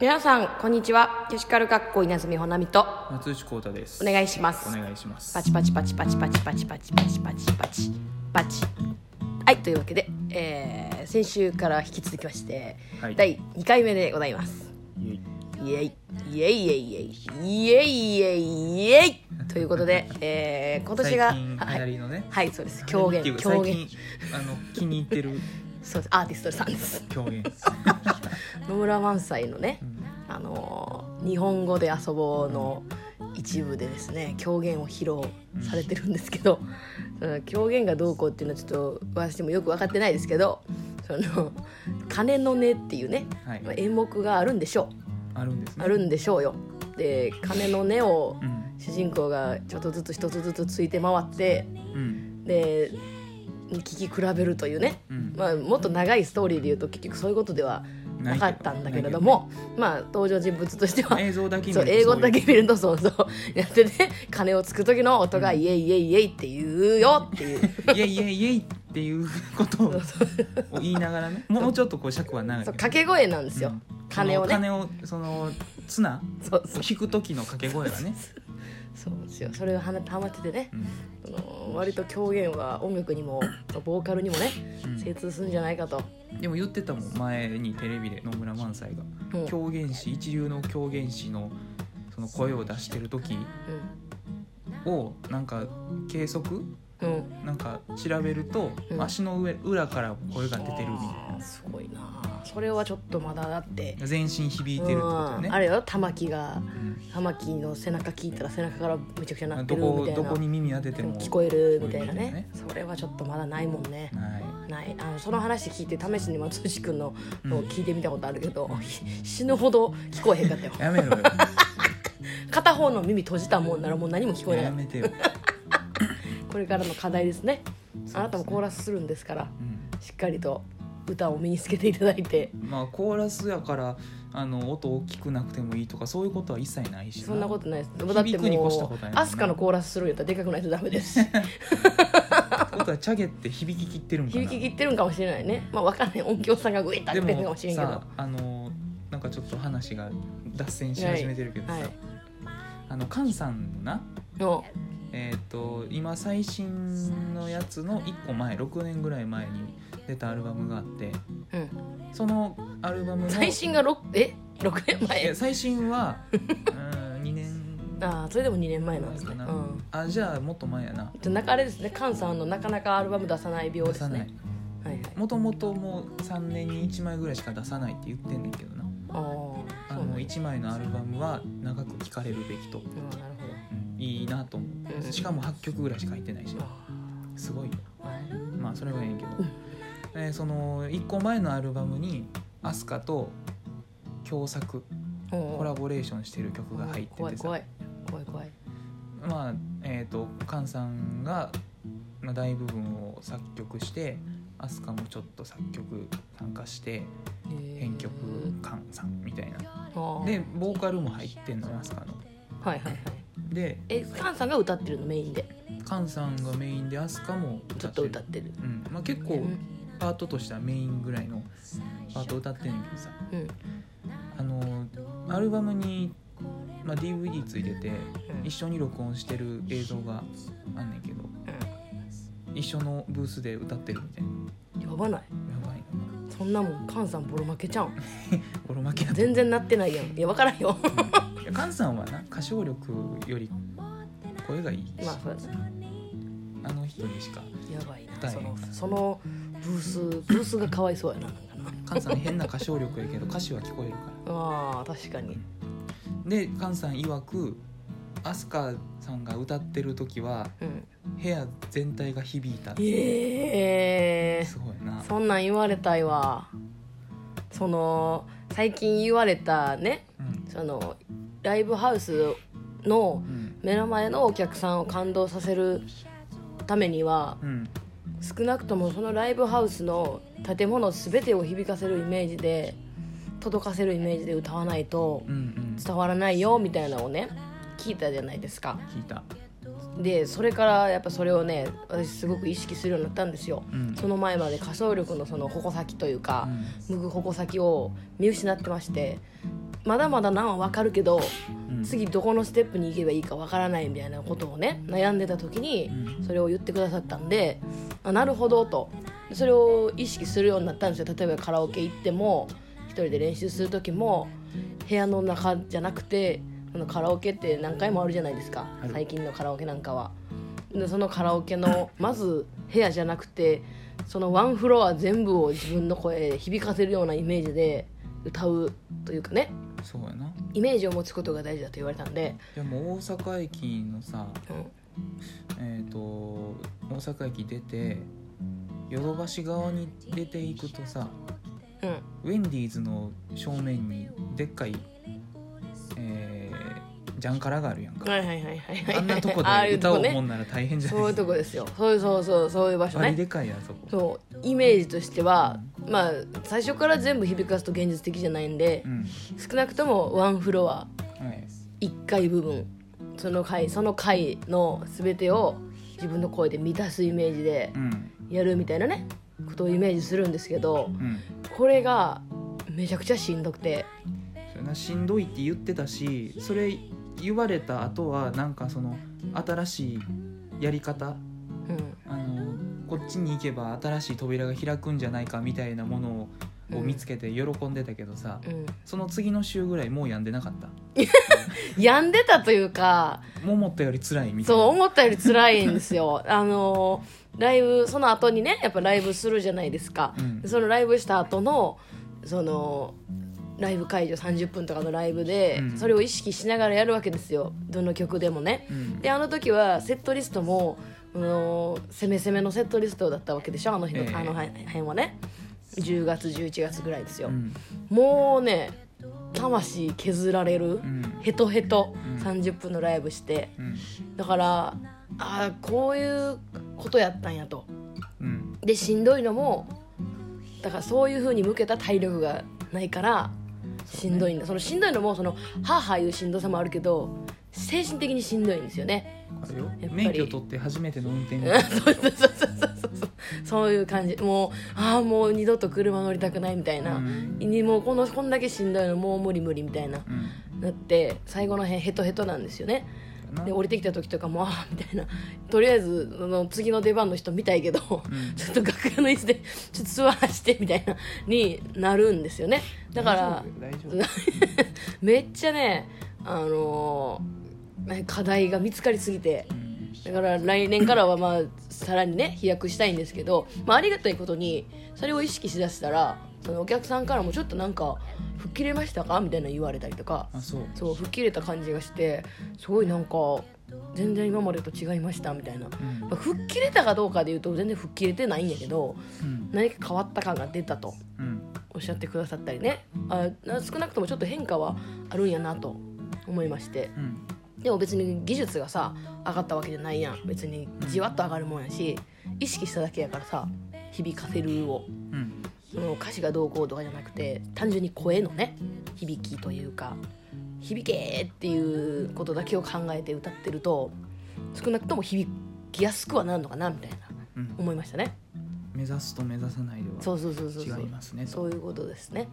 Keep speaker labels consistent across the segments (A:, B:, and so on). A: 皆さんこんにちは女子カル学校稲積ほなみと
B: 松内幸太です。
A: お願いします
B: お願いします。
A: パチパチパチパチパチパチパチパチパチパチパチはいというわけで、えー先週から引き続きまして、
B: はい
A: 第2回目でございます
B: イエイ
A: イエイイエイイエイイエイイエイイエイということで、えー今年が
B: 最近流行
A: はい、
B: りのね。
A: はい、そうです狂
B: ってい
A: 言
B: うか
A: 狂言
B: 最近あの気に入ってる
A: そうですアーティストさんです
B: 狂 言です。
A: 野村萬斎のね
B: うん
A: あのー日本語で遊ぼうの一部でですね狂言を披露されてるんですけど、その狂言がどうこうっていうのはちょっと私もよく分かってないですけどその「鐘の音」っていうね、
B: はい
A: まあ演目があるんでしょ
B: あるんです
A: う
B: ね。
A: あるんでしょうよ。で鐘の音を
B: うん
A: 主人公がちょっとずつ一つずつついて回って
B: うん
A: で聞き比べるというね、
B: うん。
A: まあ、もっと長いストーリーでいうと結局そういうことでは
B: な
A: ないかったんだけれど。もまあ登場人物としては
B: ないけど映像だけ見る
A: そう英語
B: とそういう
A: だけ見るとそうそうやってて鐘をつく時の音が「イエイイエイイエイ」って言うよっていう
B: イエイイエイイエイっていうことをを言いながらね。もうちょっとこう尺は長い
A: そ
B: け
A: う
B: ど。
A: 掛け声なんですよ
B: うん
A: 鐘を
B: その
A: ね
B: 鐘をその綱
A: そう
B: を
A: そう
B: 引く時の掛け声がね。
A: そうですよそれをはまっててね
B: うん
A: あの割と狂言は音楽にもボーカルにもね
B: うん
A: 精通するんじゃないかと
B: でも言ってたもん前にテレビで野村萬斎が
A: もう
B: 狂言師一流の狂言師のその声を出してる時をなんか計測
A: うんうん
B: なんか調べると、
A: うん
B: 足の上裏から声が出てるみたい
A: あーすごいなそれはちょっとまだだって
B: な全身響いてるってことよ
A: う
B: ね
A: んあれよ玉木が
B: うん
A: 玉木の背中聞いたら背中からめちゃくちゃ鳴って
B: ど
A: るみ
B: こ
A: たい
B: ど
A: な
B: こに耳当てても
A: 聞こえるみたいなね
B: ね
A: それはちょっとまだないもんね
B: はい
A: ないあのその話聞いて試しに松内くんの
B: うん
A: を聞いてみたことあるけど、 ひ死ぬほど聞こえへんか ったよ
B: やめろよ
A: 片方の耳閉じたもんならもう何も聞こえな
B: や
A: い
B: めてよ、
A: これからの課題ですね
B: すね
A: あなたもコーラスするんですから
B: うん
A: しっかりと歌を身につけていただいて
B: まあコーラスやからあの音大きくなくてもいいとかそういうことは一切ないし
A: そんなことないですだって
B: 響くに
A: も
B: 越したこ
A: う
B: とないもんな
A: アスカのコーラスするんやったらでかくないとダメです
B: ってことはチャゲって響き切ってるんかな
A: 響き切ってるんかもしれないねまあ分からない音響さんがグイッと
B: で
A: 上げてるんか
B: も
A: もしれんけど
B: さあのなんかちょっと話が脱線し始めてるけどさ、
A: はいはい
B: あの菅さんのな
A: の
B: えっ、と今最新のやつの1個前6年ぐらい前に出たアルバムがあって
A: うん、
B: そのアルバムの
A: 最新が6え六年
B: いや
A: 前
B: 最新はうーん2年
A: ああそれでも2年前なんで
B: 前
A: すね、
B: か
A: う
B: な、
A: ん
B: あじゃあもっと前やな
A: じゃなかあれですね菅さんのなかなかアルバム出さない病
B: 出
A: です
B: さない
A: ねはいはい
B: もともともう3年に1枚ぐらいしか出さないって言ってんねんけどな
A: ああ
B: あ
A: そうなん
B: の
A: や
B: 1枚のアルバムは長く聴かれるべきと、
A: うんなる
B: うんいいなと思う
A: ほど、うん、
B: しかも8曲ぐらいしか入ってないし
A: あ
B: すごいよ
A: あはい
B: まあそれはいいんやけど、えーその1個前のアルバムにアスカと共作
A: ほ
B: コラボレーションしてる曲が入って
A: 怖
B: て
A: い
B: さ
A: 怖い怖い怖い
B: まあえっ、と菅さんがまあ大部分を作曲してアスカもちょっと作曲参加して編曲菅さんみたいな
A: で
B: でボーカルも入ってんのアスカの
A: はいはいはい
B: で
A: え菅さんが歌ってるのメインで
B: 菅さんがメインでアスカも
A: ち
B: 歌
A: ょっ
B: って
A: と
B: る
A: 歌ってる
B: うんまあ、結構
A: うん
B: パートとしてはメインぐらいのパート歌ってんねんけどさ
A: うんうん
B: あのアルバムに、まあ、DVD ついてて一緒に録音してる映像があんねんけど一緒のブースで歌ってるみたいな
A: うんやばない
B: やばいな
A: そんなもん菅さんボロ負けちゃうん
B: ボロ負けや
A: 全然なってないやんいや分からんよ
B: いやカンさんはな歌唱力より声がいいし
A: まあそうです
B: あの人にしか
A: やばいな
B: 大
A: その
B: 変
A: そのブースブースがかわいそうやななんかな
B: カンさん変な歌唱力やけど歌詞は聞こえるから
A: あー確かに
B: でカンさん曰くアスカさんが歌ってる時は
A: うん
B: 部屋全体が響いた
A: ええ
B: すごいな
A: そんなん言われたいわその最近言われたね
B: うん
A: そのライブハウスの
B: うん
A: 目の前のお客さんを感動させるためには
B: うん
A: 少なくともそのライブハウスの建物全てを響かせるイメージで届かせるイメージで歌わないと
B: うんうん
A: 伝わらないよみたいなのをね聞いたじゃないですか
B: 聞いた
A: でそれからやっぱそれをね私すごく意識するようになったんですよ
B: うん
A: その前まで歌唱力のその矛先というか、
B: うん
A: 向く矛先を見失ってましてまだまだなんはわかるけど
B: うん、
A: 次どこのステップに行けばいいかわからないみたいなことをね悩んでた時に
B: うん
A: それを言ってくださったんであなるほどとそれを意識するようになったんですよ例えばカラオケ行っても一人で練習する時も部屋の中じゃなくてそのカラオケって何回もあるじゃないですか
B: ある
A: 最近のカラオケなんかは。でそのカラオケのまず部屋じゃなくてそのワンフロア全部を自分の声で響かせるようなイメージで歌うというかね
B: そうやな
A: イメージを持つことが大事だと言われたんで、
B: でも大阪駅のさ
A: うん
B: えっ、と大阪駅出てヨドバシ側に出ていくとさ
A: うん、
B: ウェンディーズの正面にでっかい、えー、ジャンカラがあるやんか
A: はいはいはいはいはい
B: あんなとこ
A: ああい
B: で
A: うと
B: 歌
A: こ
B: おう
A: ね
B: もんなら大変じゃ
A: そう
B: ないいう
A: と
B: です
A: こですよそうそうそうそういう場所
B: かあれ
A: ね
B: でかいやんそこ
A: そうイメージとしてはまあ最初から全部響かすと現実的じゃないんで
B: うん
A: 少なくともワンフロア
B: はい
A: 1階部分その階その階の全てを自分の声で満たすイメージで
B: うん
A: やるみたいなねことをイメージするんですけど
B: うん
A: これがめちゃくちゃしんどくて
B: それなしんどいって言ってたしそれ言われた後はなんかその新しいやり
A: う
B: 方
A: ん
B: あのこっちに行けば新しい扉が開くんじゃないかみたいなものをを見つけて喜んでたけどさ、
A: うん
B: その次の週ぐらいもう病んでなかった
A: 病んでたというか
B: もう思ったより辛いみたい
A: そう
B: な
A: 思ったより辛いんですよあのライブその後にねやっぱライブするじゃないですか、
B: うん
A: そのライブした後のそのライブ会場30分とかのライブで、
B: うん
A: それを意識しながらやるわけですよどの曲でもね
B: うん
A: であの時はセットリストもあの攻め攻めのセットリストだったわけでしょあの日の、
B: ええ
A: あの辺はね10月11月ぐらいですよ、
B: うん
A: もうね魂削られる、
B: うん
A: ヘトヘト
B: うん
A: 30分のライブして、
B: うん
A: だからあーこういうことやったんやと
B: うん
A: でしんどいのもだからそういうふうに向けた体力がないからしんどいんだそのしんどいのもそのはあはあいうしんどさもあるけど精神的にしんどいんですよね
B: あれよ
A: やっぱり
B: 免許取って初めての運 転
A: そうそうそうそうそうそうそういう感じもうああもう二度と車乗りたくないみたいな、
B: うん
A: にもうこのこんだけしんどいのもう無理無理みたいな
B: うん
A: なって最後の辺ヘトヘトなんですよねで降りてきた時とかもああみたいなとりあえずあの次の出番の人見たいけど、
B: ん
A: ちょっと楽屋の椅子でちょっと座らしてみたいなになるんですよねだから
B: 大丈夫よ大丈
A: めっちゃねあのーね課題が見つかりすぎて
B: 夫
A: だ
B: うん
A: から来年からはまあさらにね飛躍したいんですけど、まあ、ありがたいことにそれを意識しだしたらそのお客さんからもちょっとなんか「吹っ切れましたか?」みたいなの言われたりとか
B: あそう
A: そう吹っ切れた感じがしてすごいなんか全然今までと違いましたみたいな
B: うん
A: まあ吹っ切れたかどうかでいうと全然吹っ切れてないんやけど
B: うん
A: 何か変わった感が出たと
B: うん
A: おっしゃってくださったりねあな少なくともちょっと変化はあるんやなと思いまして
B: うん
A: でも別に技術がさ上がったわけじゃないやん別にじわっと上がるもんやし意識しただけやからさ響かせるを
B: うん
A: その歌詞がどうこうとかじゃなくて単純に声のね響きというか響けーっていうことだけを考えて歌ってると少なくとも響きやすくはなるのかなみたいな
B: うん
A: 思いましたね
B: 目指すと目指さないで
A: そ
B: は
A: うそうそうそうそう
B: 違いますねと
A: そういうことですね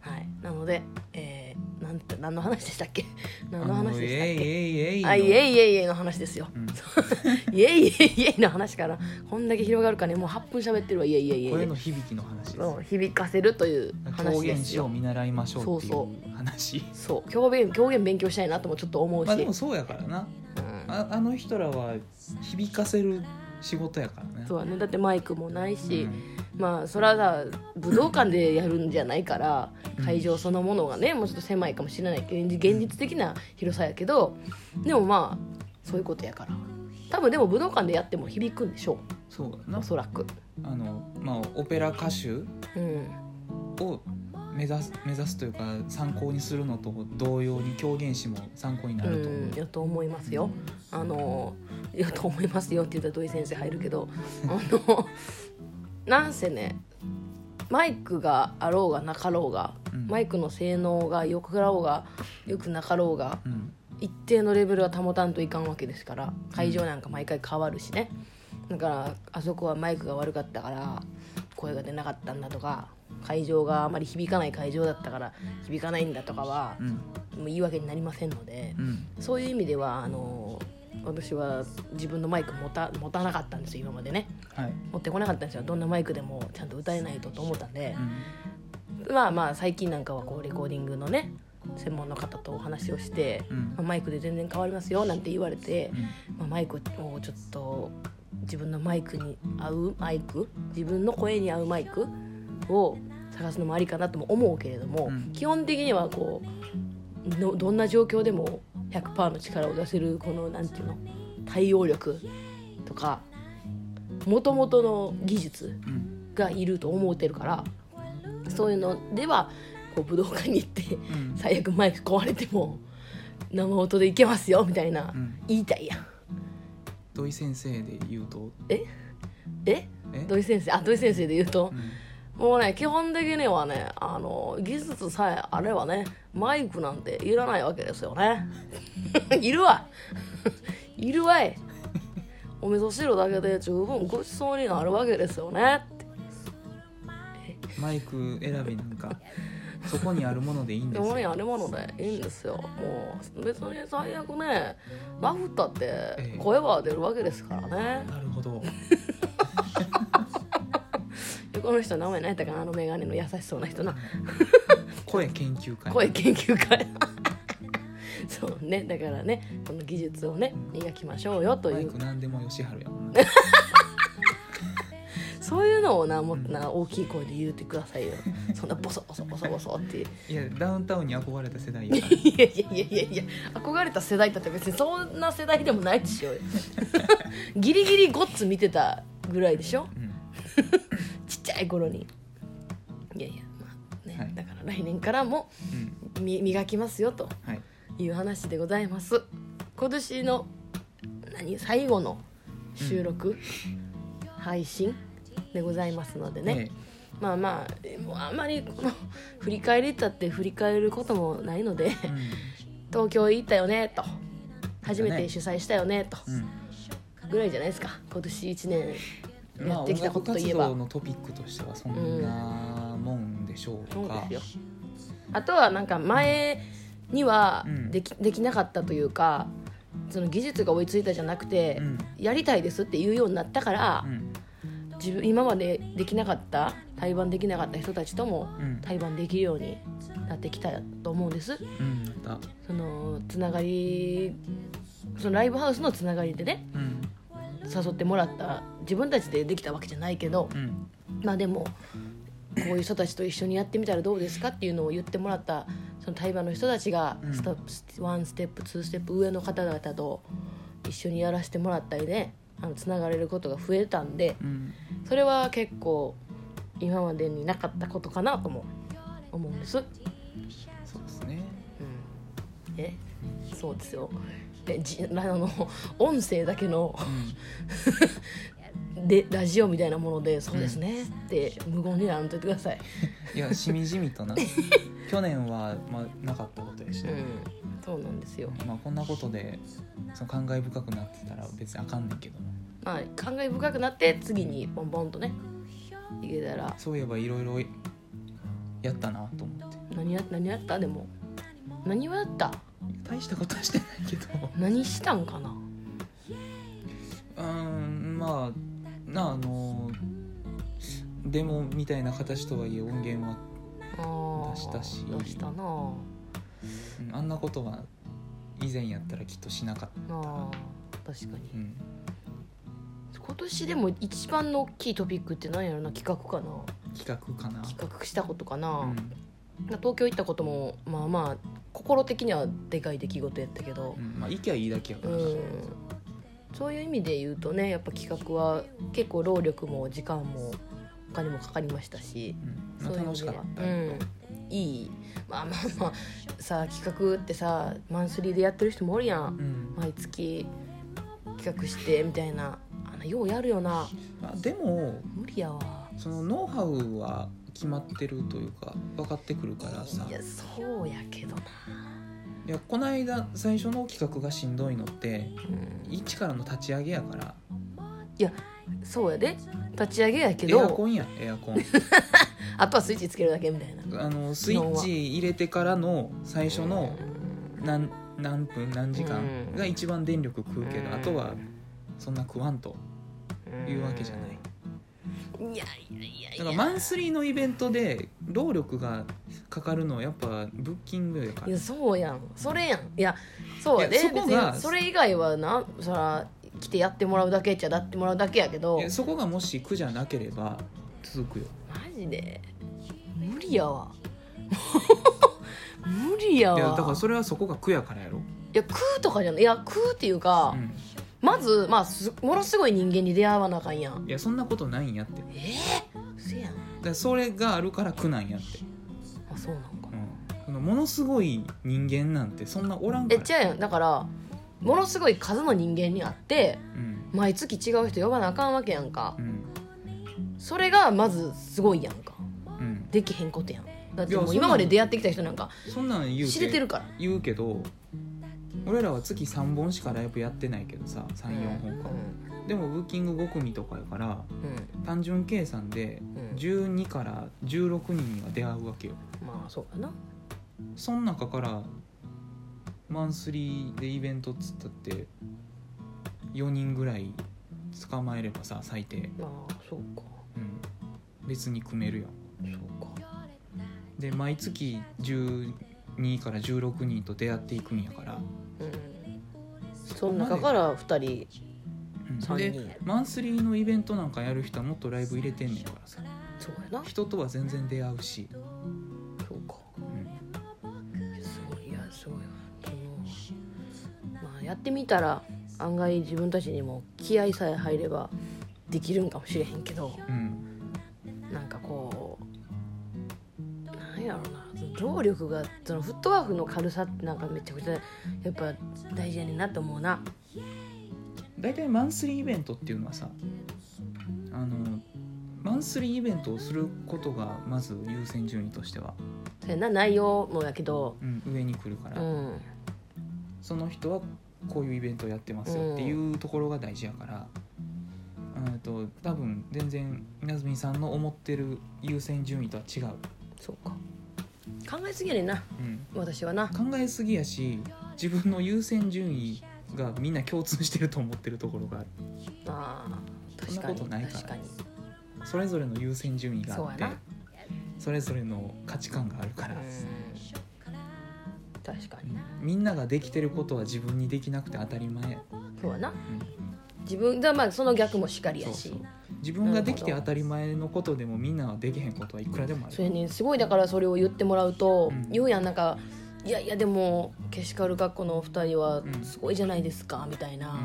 B: はい
A: はいなので、えー、なんて何の話でしたっけ
B: あ
A: 何の話でしたっ
B: えい
A: け
B: えいえいの
A: あいえいえいえの話ですよ
B: うん
A: いえいえいえの話からこんだけ広がるかねもう8分喋ってるわいえいえいえいえ
B: 声の響きの話です
A: うん響かせるという話
B: 表
A: で
B: 現
A: す
B: しを
A: よ
B: 見習いましょうってい
A: そう
B: 話
A: そう狂言狂言勉強したいなともちょっと思うし、
B: まあでもそうやからな
A: うん
B: ああの人らは響かせる仕事やからね
A: そうだね、だってマイクもないし
B: うん、
A: まあそれはさ武道館でやるんじゃないから
B: うん
A: 会場そのものがねもうちょっと狭いかもしれない現実現実的な広さやけどでもまあそういうことやから多分でも武道館でやっても響くんでしょ
B: そうだ
A: う
B: な
A: おそらく、
B: あのまあオペラ歌手
A: うん、
B: を目指す目指すというか参考にするのと同様に狂言師も参考にな
A: う
B: ると思う、
A: ん、やと思いますよ。あのやと思いますよって言ったら土井先生入るけ どあのなんせねマイクがあろうがなかろうが、
B: うん
A: マイクの性能がよくあろうがよくなかろうが
B: うん
A: 一定のレベルは保たんといかんわけですから会場なんか毎回変わるしねだからあそこはマイクが悪かったから声が出なかったんだとか会場があまり響かない会場だったから響かないんだとかは
B: うん
A: もう言い訳になりませんので
B: うん
A: そういう意味ではあの私は自分のマイク持た持たなかったんですよ今までね
B: はい、
A: 持ってこなかったんですよどんなマイクでもちゃんと歌えないとと思ったんで
B: う、ん
A: まあまあ最近なんかはこうレコーディングのね専門の方とお話をして、
B: うん
A: まあマイクで全然変わりますよなんて言われて
B: う、ん
A: まあマイクをちょっと自分のマイクに合うマイク自分の声に合うマイクを探すのもありかなとも思うけれども、
B: うん
A: 基本的にはこうのどんな状況でも100%の力を出せるこのなんていうの対応力とかもともとの技術
B: うん
A: がいると思ってるからそういうのではこう武道館に行って
B: うん
A: 最悪マイク壊れても生音でいけますよみたいな
B: うん
A: 言いたいやん
B: 土井先生で言うと
A: え
B: え
A: 土井先生あ土井先生で言うと
B: う、ん
A: もうね基本的にはねあの技術さえあればねマイクなんていらないわけですよ ねいるわいるわいお味噌汁だけで十分ごちそうになるわけですよねって
B: マイク選びなんかそこにあるものでいいんで
A: ですも
B: よ
A: ねあれものでいいんですよもう別に最悪ねラフったって
B: え
A: 声は出るわけですからね、
B: なるほど
A: この人名前何やったかなあの眼鏡の優しそうな人な
B: 声研究会
A: 声研究会 そうねだからねこの技術をね磨きましょうよと
B: マ
A: い
B: イ
A: う
B: クなんでも吉春やもんね
A: そういうのをなもっとな大きい声で言うてくださいよそんなボソボソボソボソって
B: いやダウンタウンに憧れた世代やか
A: いやいやいやいやいや憧れた世代だって別にそんな世代でもないでしょ ギリギリゴッツ見てたぐらいでしょ
B: ら、うん
A: ちっちゃい頃にいやいやまあね、
B: はい
A: だから来年からも
B: うん、
A: み磨きますよと
B: はい
A: いう話でございます今年の何最後の収録、配信でございますのでね、まあまあえもうあんまりこの振り返りったって振り返ることもないので
B: ええ
A: 東京行ったよねと初め
B: だ
A: て
B: ね
A: 主催したよねと
B: うんうん
A: ぐらいじゃないですか今年1年
B: ま
A: や
B: あ
A: っ
B: 音
A: てきたこ
B: 楽
A: ととい
B: 活
A: えば、
B: 動のトピックとしてはそんなもんでしょう
A: そう
B: か、
A: ですよあとはなんか前には
B: うん
A: でき,、できなかったというかその技術が追いついたじゃなくて、
B: うん
A: やりたいですって言うようになったから
B: う、ん
A: 自分今までできなかった対バンできなかった人たちとも
B: うん
A: 対バンできるようになってきたと思うんです
B: うんまた
A: そのつながりそのライブハウスのつながりでね
B: うん
A: 誘ってもらった自分たちでできたわけじゃないけど
B: うん
A: まあでもこういう人たちと一緒にやってみたらどうですかっていうのを言ってもらったその対バンの人たちが
B: うん
A: スタ、ワンステップツーステップ上の方々と一緒にやらせてもらったりねあのつながれることが増えたんで、
B: うん
A: それは結構今までになかったことかなとも思うんです、うん、
B: そうですね
A: えそうですよえじあの音声だけの
B: う
A: でラジオみたいなもので「そうですね」って無言にならんといてください、
B: んいやしみじみと な去年は、まあ、なかったことで
A: う
B: した、
A: ん、そうなんですよ
B: まあ、こんなことでその感慨深くなってたら別にあかんねんけどな
A: まあ感慨深くなって次にボンボンとねいけたら
B: そういえばいろいろやったなと思って
A: 何や何やったでも何をやった
B: 大したことはしてないけど
A: 何したんかな
B: うーんまあなああのデモみたいな形とはいえ音源は
A: あー
B: 出したし
A: 出したなあ
B: うんあんなことは以前やったらきっとしなかった
A: あー確かに
B: うん
A: 今年でも一番の大きいトピックって何やろな企画かな
B: 企画かな
A: 企画したことかな、
B: うん
A: 東京行ったこともまあまあ心的にはでかい出来事やったけど
B: うんまあ行きゃいいだけやか
A: う
B: ら
A: ん、
B: な
A: そういう意味で言うとねやっぱ企画は結構労力も時間もお金もかかりましたし
B: うんま
A: そうい
B: あ
A: う意
B: 楽
A: 味
B: し
A: で
B: か
A: は
B: った
A: うん、いいまあまあまあさあ企画ってさマンスリーでやってる人もおるやん
B: うん
A: 毎月企画してみたいなあのようやるよな
B: まあでも
A: 無理やわ。
B: そのノウハウは決まってるというか分かってくるからさ
A: いやそうやけどな、
B: いやこの間最初の企画がしんどいのって
A: うん
B: 一からの立ち上げやから
A: そうやで立ち上げやけ
B: エアコ
A: ど
B: ンやエアコン
A: あとはスイッチつけるだけみたいな
B: あのスイッチ入れてからの最初の何何分何時間
A: うん
B: が一番電力食うけど、
A: うん
B: あとはそんな食わんというわけじゃない
A: うんいやいやいやいや
B: だからマンスリーのイベントで労力がかかるのはやっぱブッキングやか
A: い
B: ら
A: やそうやんそれやんいやそうや
B: いや
A: で
B: そ
A: 別
B: こが
A: にそれ以外はなそら来てやってもらうだけっちゃだってもらうだけやけど
B: いやそこがもし苦じゃなければ続くよ
A: マジで無理やわ 無理や
B: い
A: わ
B: やだからそれはそこが苦やからやろ、
A: いや食うとかじゃないいや食うっていうか、
B: う
A: まず、まあ、すものすごい人間に出会わなあかんやん
B: ん、いやそんなことないんやってだか
A: えー、せやん
B: らそれがあるから苦なんやって、
A: あそうなんか
B: うん、そのものすごい人間なんてそんなおらんか
A: え
B: ら
A: ちゃうやんだからものすごい数の人間に会って
B: うん
A: 毎月違う人呼ばなあかんわけやんか
B: うん
A: それがまずすごいやんか
B: うん
A: できへんことやんだって
B: い
A: も
B: や
A: う今まで出会ってきた人なんか
B: そんなん言う
A: 知れてるから
B: 言うけど俺らは月3本しかライブやってないけどさ34本か、でもブッキング5組とかやから
A: うんうん
B: 単純計算で
A: うん
B: 12から16人が出会うわけよ
A: まあそうだな
B: そん中からマンスリーでイベントっつったって4人ぐらい捕まえればさ最低、
A: まあそうか
B: うん、別に組めるよ
A: そうか
B: で毎月12から16人と出会っていくんやから、
A: うんその中から2人
B: うん
A: 三人
B: でマンスリーのイベントなんかやる人はもっとライブ入れてんねんからさ
A: そうやな
B: 人とは全然出会うし、
A: そうか
B: うん
A: すごいいやすごいそのまあやってみたら案外自分たちにも気合さえ入ればできるんかもしれへんけど
B: うん、
A: なんかこうなんやろなその労力がそのフットワークの軽さってなんかめちゃくちゃやっぱ大事やねんなと思うな
B: 大体マンスリーイベントっていうのはさあのマンスリーイベントをすることがまず優先順位としては、
A: それな内容もやけど
B: うん、上に来るから、
A: うん
B: その人はこういうイベントをやってますよっていうところが大事やから、うん、と多分全然なずみさんの思ってる優先順位とは違う、
A: そうか考えすぎやねんな
B: うん、
A: 私はな
B: 考えすぎやし自分の優先順位がみんな共通してると思ってるところがある
A: あー確か
B: そんなこと
A: に
B: ないから
A: 確かに
B: それぞれの優先順位があっ
A: そ
B: て
A: うやな
B: それぞれの価値観があるから、
A: うん確かに
B: みんなができてることは自分にできなくて当たり前や、
A: そうやな
B: うん
A: 自分だまあその逆もしかりやし
B: そうそう自分ができて当たり前のことでもみんなはできへんことはいくらでもあ
A: そ
B: る
A: れねすごいだからそれを言ってもらうと、
B: うん
A: 言うやんなんか「いやいやでもケシカル学校のお二人は
B: うん
A: すごいじゃないですか」みたいな、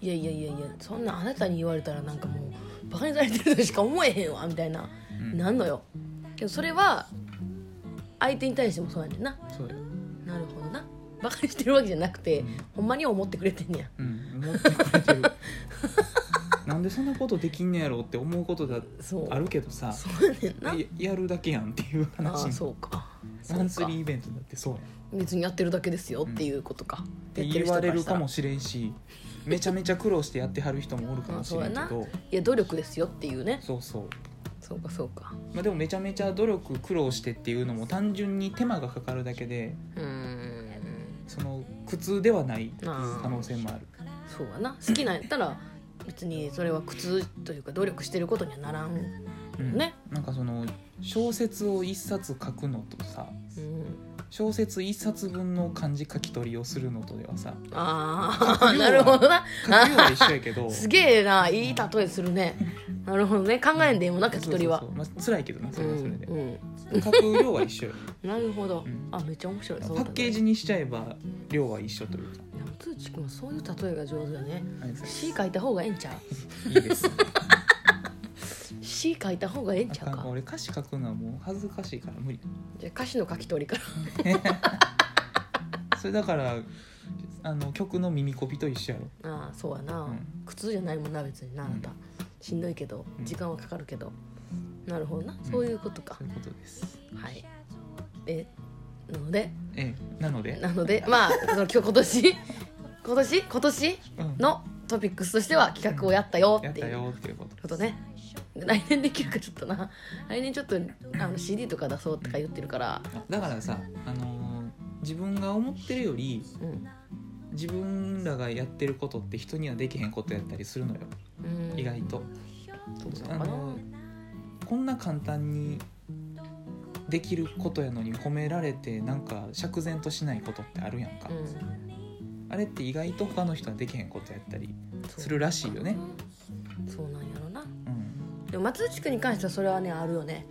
A: いやいやいやいやそんなあなたに言われたらなんかもうバカにされてるとしか思えへんわ」みたいな、
B: うん
A: なんのよけどそれは相手に対してもそうやねんな
B: そうや、
A: なるほどなバカにしてるわけじゃなくて、
B: うん
A: ほんまに思ってくれてんねや
B: うん、思ってく れてるなんでそんなことできんねやろうって思うことだ
A: そう
B: あるけどさ
A: そうやねんな
B: ややるだけやんっていう
A: あ
B: 話
A: あそうか
B: マンス
A: そう
B: リー
A: か
B: イベントだってそうやんっ
A: 別にやってるだけですよっていうことか、
B: て
A: やって
B: 言わ
A: 人
B: れ
A: ら
B: る
A: した
B: からもしれんしめちゃめちゃ苦労してやってはる人もおるかもしれんけ
A: あそ
B: ど
A: いや努力ですよっていうね
B: そうそう
A: そうかそうか
B: まあ、でもめちゃめちゃ努力苦労してっていうのも単純に手間がかかるだけで
A: うーん
B: その苦痛ではない
A: あ
B: 可能性もある
A: そうやな好きなんやったら別にそれは苦痛というか努力してることにはならん、う
B: うん
A: ね
B: なんかその小説を一冊書くのとさ
A: ん、
B: 小説一冊分の漢字書き取りをするのとで はさ
A: あ
B: 書
A: あ
B: く量は
A: なるほどな
B: 書きようは一緒やけど
A: すげえないい例えするねなるほどね 考えんでもな書き取りは
B: そうそうそうまあ、辛いけどなそれはそれで
A: う、ん
B: 書く量は一緒よ
A: うん、なるほど、
B: うん
A: あめっちゃ面白い
B: パ
A: そうだね
B: ッケージにしちゃえば量は一緒というか
A: いや松内君はそういう例えが上手だね
B: はい
A: 詩書いた方がええんちゃ
B: い いです
A: う詩書いた方がええん
B: あ
A: ちゃ
B: か
A: うん
B: か
A: か
B: 俺歌詞書くのはもう恥ずかしいから無理
A: じゃあ歌詞の書き取りから
B: それだからあの曲の耳コピと一緒やろ
A: ああそうやな、
B: うん
A: 苦痛じゃないもんな別になあなた、
B: う
A: しんどいけど
B: うん
A: 時間はかかるけど、なるほどなそういうことか
B: そう、いうことです
A: はいえなので
B: ええなので、
A: なのでまあその今日今年今年今年
B: うん
A: のトピックスとしては企画をやったよ
B: や
A: っ
B: ってた
A: いう
B: よっていうこと
A: ことね来年できるかちょっとな来年ちょっとあの CD とか出そうとか言ってるから、
B: だからさ、あのー自分が思ってるより
A: うん
B: 自分らがやってることって人にはできへんことやったりするのよ
A: うん、
B: 意外と。
A: そうな
B: あ
A: のかな
B: のこんな簡単にできることやのに褒められてなんか釈然としないことってあるやんか、
A: うん
B: あれって意外と他の人はできへんことやったり
A: そう
B: するらしいよね、
A: そうなんやろな
B: うん
A: でも松内くんに関してはそれはねあるよね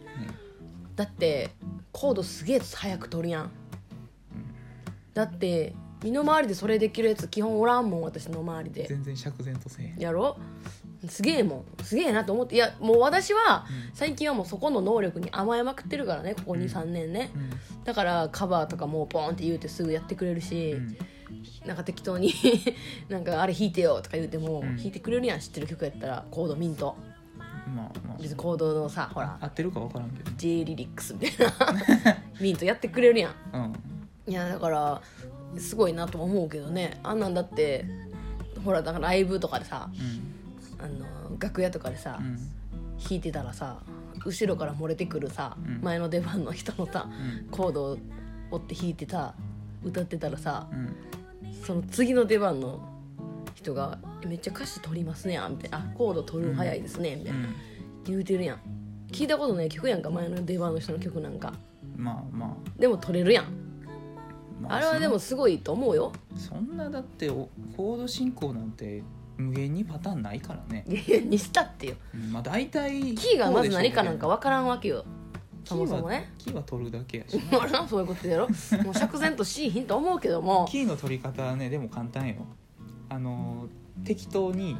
A: だってコードすげえ早く取るやんだって身の回りでそれできるやつ基本おらんもん私の周り
B: ね、
A: で
B: 全然釈然とせえへん、
A: やろすげえもんすげえなと思っていやもう私は
B: う
A: 最近はもうそこの能力に甘えまくってるからねここ
B: うん
A: 23年ね
B: ん
A: だからカバーとかもうポンって言うてすぐやってくれるし、
B: うん
A: なんか適当に なんかあれ弾いてよとか言うても
B: うん
A: 弾いてくれるやん知ってる曲やったらコードミント
B: まあま
A: 別に
B: あ
A: コードのさほら
B: 合ってるか分からんけど、
A: J リリックスみたい なミントやってくれるやん
B: うん、
A: いやだからすごいなとも思うけどねあんなんだってほらだからライブとかでさ
B: うん
A: あの楽屋とかでさ、
B: うん
A: 弾いてたらさ後ろから漏れてくるさ、
B: うん
A: 前の出番の人のさ
B: うん
A: コードを折って弾いてた歌ってたらさ
B: うん
A: その次の出番の人が「えめっちゃ歌詞取りますねやん」みたいな「あコード取るの早いですね」みた
B: う
A: いなん言うてるやん聞いたことない曲やんか前の出番の人の曲なんか
B: まあま
A: でも取れるやん
B: あ、ま
A: あれはでもすごいと思うよ
B: そんなだっておコード進行なんて無限にパターンないからね、
A: いやいやにしたってよ
B: うんまあ大体
A: キーがまず何かなんか
B: は
A: 分からんわけよそもそもね
B: キーは取るだけやしね
A: 俺は そういうことやろもう釈然としいひんと思うけども
B: キーの取り方はねでも簡単よあのー適当に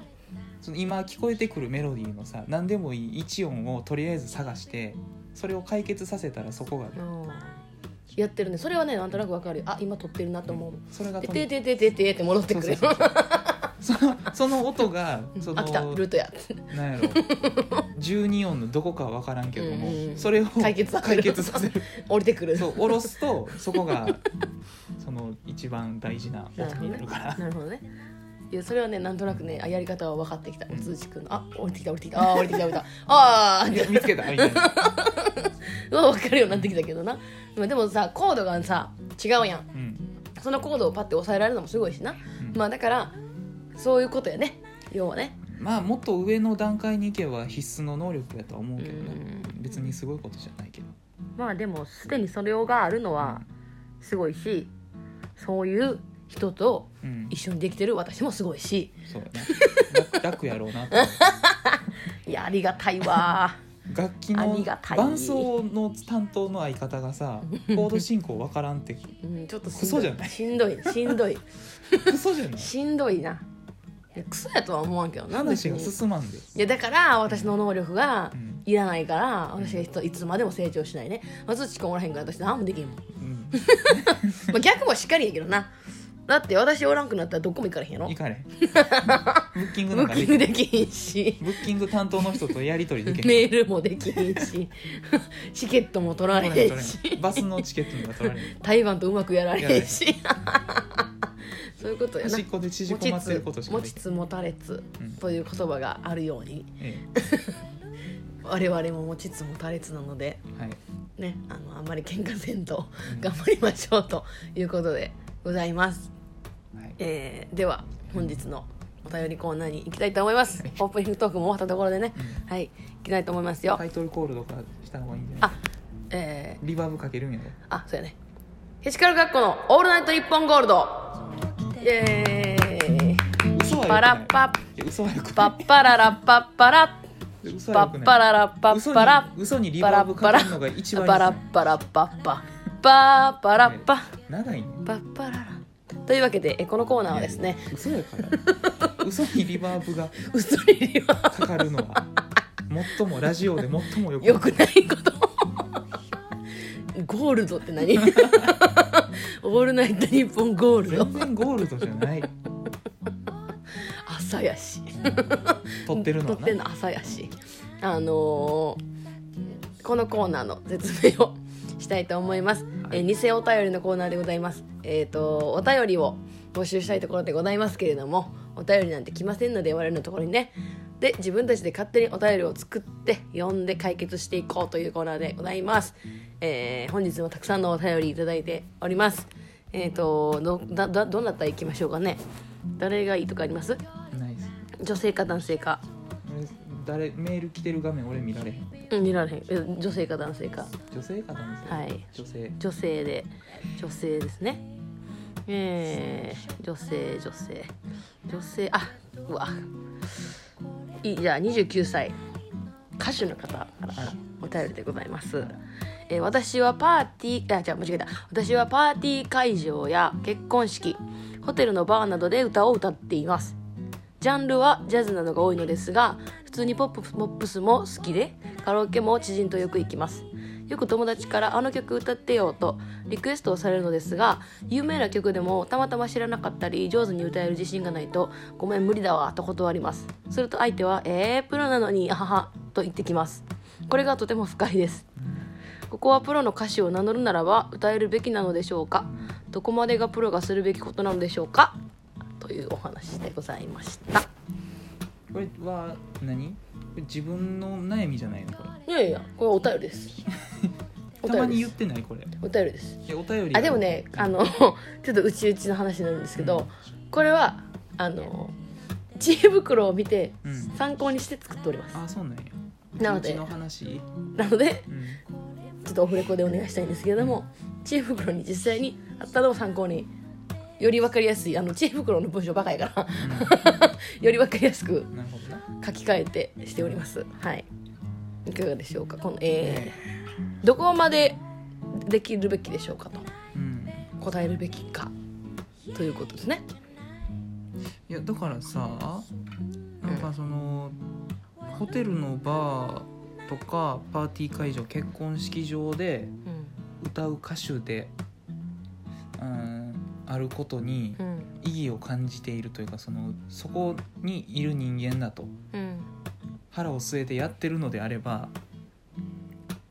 B: その今聞こえてくるメロディーのさ何でもいい一音をとりあえず探してそれを解決させたらそこが
A: うんやってるねそれはねなんとなく分かるよあ今撮ってるなと思う
B: それが
A: で
B: と
A: て
B: に
A: ててててって戻ってくるよ
B: そうそのその音がそ
A: あ
B: の
A: 来たルートやって
B: なんやろ12音のどこかは分からんけども、
A: うんうん
B: それを
A: 解決させる
B: 解決させる
A: 降りてくる
B: そう下ろすとそこがその一番大事な音になるから
A: なるほどねいやそれはねなんとなくねあやり方は分かってきた松内くんのあ降りてきた降りてきたあー降りてきた降りてきたあー
B: いや見つけたみたいな、
A: うわ分かるようになってきたけどなまあでもさコードがさ違うやん
B: うん
A: そのコードをパッて抑えられるのもすごいしな
B: うん
A: まあだからそういうことやね要はね
B: まあもっと上の段階に行けば必須の能力やとは思うけどね別にすごいことじゃないけど
A: まあでもすでにそれがあるのはすごいしそういう人と
B: うん
A: 一緒にできてる私もすごいし
B: そうやな楽楽やろうなと思う
A: いやありがたいわ
B: 楽器
A: あ
B: の
A: りがたい
B: 伴奏の担当の相方がさコード進行分からんって
A: うんちょっとしんどい
B: クソじゃない
A: しんどいしんどい
B: ク ソじゃない
A: しんどいないやクソやとは思わんけどな
B: 話が
A: 別に
B: 進まんで、
A: いやだから私の能力が
B: うん
A: いらないから私がいついつまでも成長しないね松内君おらへんから私何もできんもん
B: うん、
A: まあ逆もしっかりやけどなだって私おらんくなったらどこも行かれへんやろ
B: 行かれブッキング
A: ブ
B: なんか
A: ッキ
B: で
A: ングで
B: きる
A: きひんし
B: ブッキング担当の人とやり取りできへん
A: メールもできひんしチケットも取られへんし
B: バスのチケットが取られる
A: 台湾とうまくやられへんしそういうことやな
B: 端っこで縮こまってることしか
A: 持
B: で
A: ち
B: きない、
A: つ持たれつ
B: うん
A: という言葉があるように
B: え
A: 我々も持ちつ持たれつなので
B: えはい、
A: ねあのあんまり喧嘩せんと
B: うん
A: 頑張りましょうということでございます、
B: はい、
A: えーでは本日のお便りコーナーに行きたいと思いますオープニングトークも終わったところでねはい行きたいと思いますよ
B: タイトルコールとかした方がいいんじゃない
A: あえー
B: リバーブかけるんやろ
A: あそうやねヘシカル学校の「オールナイト一本ゴールド」イエーイ
B: 嘘はよく
A: パ
B: な
A: ラ
B: い
A: ッパ
B: いや嘘はよく
A: パ
B: ない
A: ッパララッパッパラ
B: 嘘は
A: パ
B: よ
A: ッ
B: くない
A: パララッパッパラ
B: 嘘に嘘にリ
A: パ
B: バ
A: ラ
B: ーブ
A: ッ
B: か
A: パラ
B: けるのが一番いい
A: パ
B: です
A: ラ
B: ね
A: ッパラッパッパパーパラッパ
B: 長いね
A: パッパララというわけでえこのコーナーはですね
B: 嘘やから嘘にリバーブが
A: 嘘にりは
B: かかるのは最もラジオで最もよくない
A: 良くないことゴールドって何オールナイト日本ゴールド
B: 全然ゴールドじゃない
A: 朝やし
B: 撮ってるのは
A: 撮
B: な
A: ってんの朝やしあのーこのコーナーの説明をしたいと思います、えー偽お便りのコーナーでございますえっ、とお便りを募集したいところでございますけれどもお便りなんて来ませんので我々のところにねで自分たちで勝手にお便りを作って読んで解決していこうというコーナーでございます、えー本日もたくさんのお便りいただいておりますえっ、とどだだどなた行きましょうかね誰がいいとかあります
B: ないです
A: 女性か男性か
B: 俺誰メール来てる画面俺見られへん
A: うん見られへんえ女性か男性か
B: 女性か男性、
A: はい
B: 女性
A: 女性で女性ですねえー、女性女性女性あうわいいじゃあ29歳歌手の方からお便りでございます、えー私はパーティーあ違う間違えた私はパーティー会場や結婚式ホテルのバーなどで歌を歌っていますジャンルはジャズなどが多いのですが普通にポップポップスも好きでカラオケも知人とよく行きますよく友達から「あの曲歌ってよ」とリクエストをされるのですが有名な曲でもたまたま知らなかったり上手に歌える自信がないと「ごめん無理だわ」と断りますすると相手は「えー、プロなのにあはは」と言ってきますこれがとても不快ですここはプロの歌手を名乗るならば歌えるべきなのでしょうかどこまでがプロがするべきことなのでしょうかというお話でございました
B: これは何これ自分の悩みじゃないのこれ
A: いやいやこれお便りですお
B: たま
A: 便りで
B: に言っ
A: す
B: てないこれ
A: お便りです
B: えお便り
A: あでもねあの ちょっとうちうちの話になるんですけど、これはあの知恵袋を見て
B: うん
A: 参考にして作っております、
B: あそうなんや
A: なの
B: う
A: で
B: ちの話、
A: なので
B: うん、
A: ちょっとオフレコでお願いしたいんですけれども知恵袋に実際にあったのを参考により分かりやすいあの知恵袋の文章ばかりから より分かりやすく
B: なるほどな
A: 書き換えてしておりますはいいかがでしょうかこの えーどこまでできるべきでしょうかと
B: うん
A: 答えるべきかということですね
B: いやだからさなんかその、ホテルのバーとかパーティー会場結婚式場で歌う歌手で、うん、あることに
A: うんうん
B: 意義を感じているというかそのそこにいる人間だと
A: うん
B: 腹を据えてやってるのであれば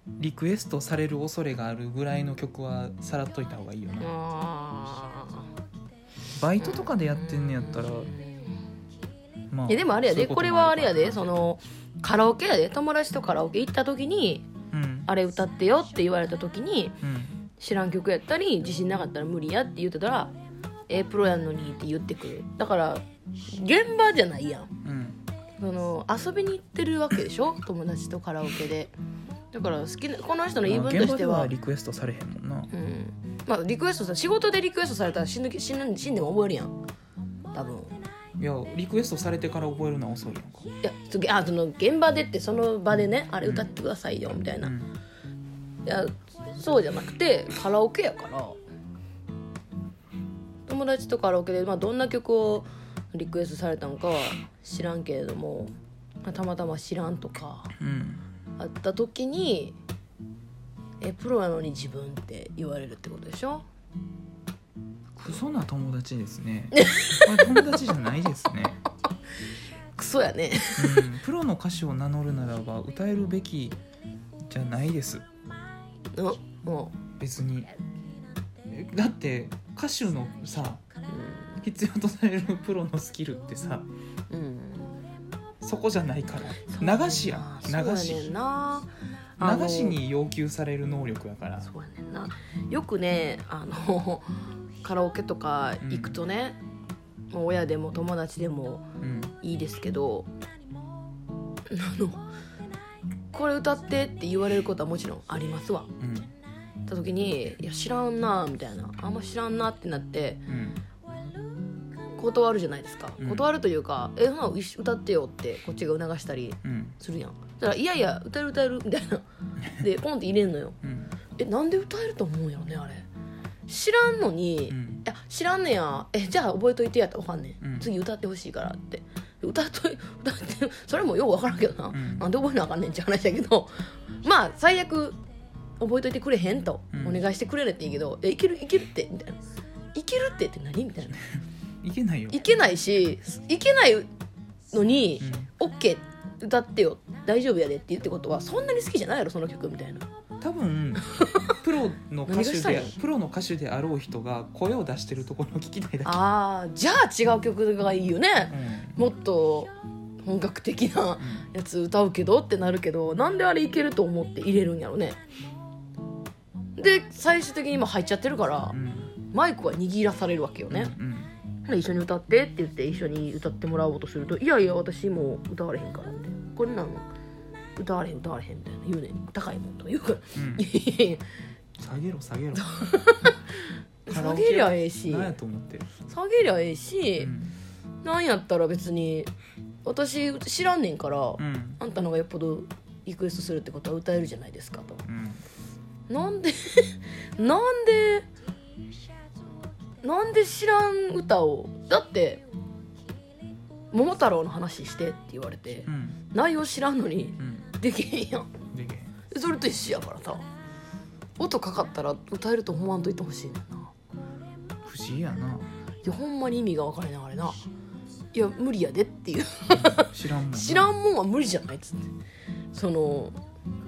B: リクエストされる恐れがあるぐらいの曲はさらっといた方がいいよな
A: あ
B: バイ
A: ー
B: トとかでやってんのやったらまあ
A: いやでもあれやで
B: そういう
A: こ
B: と
A: れ
B: も
A: は
B: あ
A: あれ
B: るか
A: や
B: ら
A: でそのカラオケやで友達とカラオケ行った時に
B: うん
A: あれ歌ってよって言われた時に
B: うん
A: 知らん曲やったり自信なかったら無理やって言ってたらええプロやのにって言ってくるだから現場じゃないやん
B: うん
A: その遊びに行ってるわけでしょ友達とカラオケでだから好きなこの人の言い
B: まあ
A: 分と
B: 現
A: して
B: 場で
A: は
B: はリクエストされへんもんな
A: うんまあリクエストさ仕事でリクエストされたら死ぬ死ぬ死んでも覚えるやん多分
B: いやリクエストされてから覚えるのは遅いやんか
A: いやそあその現場でってその場でねあれ歌ってくださいよみたいな、
B: う
A: い
B: ん
A: やそうじゃなくてカラオケやから友達とカラオケで、まあ、どんな曲をリクエストされたのかは知らんけれども、まあたまたま知らんとか
B: うん
A: あった時に「えプロなのに自分」って言われるってことでしょ
B: クソな友達です ねこれ友達じゃないですね
A: クソやね
B: うんプロの歌手を名乗るならば歌えるべきじゃないです
A: うんも
B: 別にえだって歌手のさ
A: う
B: 必要とされるプロのスキルってさ
A: うん、うん
B: そこじゃないか
A: そう
B: ら流しやん
A: そうや
B: 流
A: ね
B: し
A: んなあの
B: 流しに要求される能力やから
A: そうやねんなよくねあの カラオケとか行くとね、もう親でも友達でも
B: うん
A: いいですけどあのこれ歌ってって言われることはもちろんありますわ
B: うん
A: た時に「いや知らんな」みたいな「あんま知らんな」ってなって
B: うん
A: 断るじゃないですか、
B: うん
A: 断るというか「えそんなの一緒歌ってよ」ってこっちが促したり
B: うん
A: するやんだから「いやいや歌える歌える」みたい なでポンって入れんのよ
B: うん
A: えなんで歌えると思うんやろねあれ知らんのに、
B: う
A: い
B: ん
A: や知らんねやえじゃあ覚えといてやったらわかんねん、
B: うん
A: 次歌ってほしいからって歌っとい歌ってそれもようわからんけどな、
B: うん
A: なんで覚えなあかんねんって話やけどまあ最悪覚えといてくれへんと、
B: うん
A: お願いしてくれるっていいけどえいけるいけるってみたいな。いけるってって何みたいな。
B: いけないよ
A: いけないし、いけないのに、オッケー歌ってよ、大丈夫やでって言ってことは、そんなに好きじゃないやろ、その曲みたいな。
B: 多分プロの歌手
A: 何がしたい
B: で
A: の
B: プロの歌手であろう人が声を出してるところを聞きたいだ
A: あーじゃあ違う曲がいいよね
B: け、う
A: も
B: ん
A: っと本格的な
B: うん
A: やつ歌うけどってなるけどなんであれいけると思って入れるんやろねで最終的に今入っちゃってるから
B: うん
A: マイクは握らされるわけよね、
B: うん
A: ほな一緒に歌ってって言って一緒に歌ってもらおうとすると「いやいや私もう歌われへんから」って「こんなの歌われへん歌われへん」みたいな言うねん高いもんとか言うから
B: う
A: 「
B: ん
A: いやいやい
B: 下げろ下げろ
A: や
B: カラ
A: 下
B: オ
A: げ
B: ケ
A: り
B: は
A: ゃええし
B: 何やと思ってる、
A: 下げりゃええ
B: う
A: し、
B: ん
A: なんやったら別に私知らんねんから、
B: うん
A: あんたのがよっぽどリクエストするってことは歌えるじゃないですかと
B: うん
A: なんでなんでなんで知らん歌をだって「桃太郎の話して」って言われて
B: うん
A: 内容知らんのに
B: うん
A: できへんやん
B: でけ
A: それと一緒やからさ音かかったら歌えると思わんといてほしいねんな
B: 不思議 やな
A: いやほんまに意味が分からへんあれないや無理やでっていう
B: 知らんもんな
A: 知らんもんは無理じゃないっつってその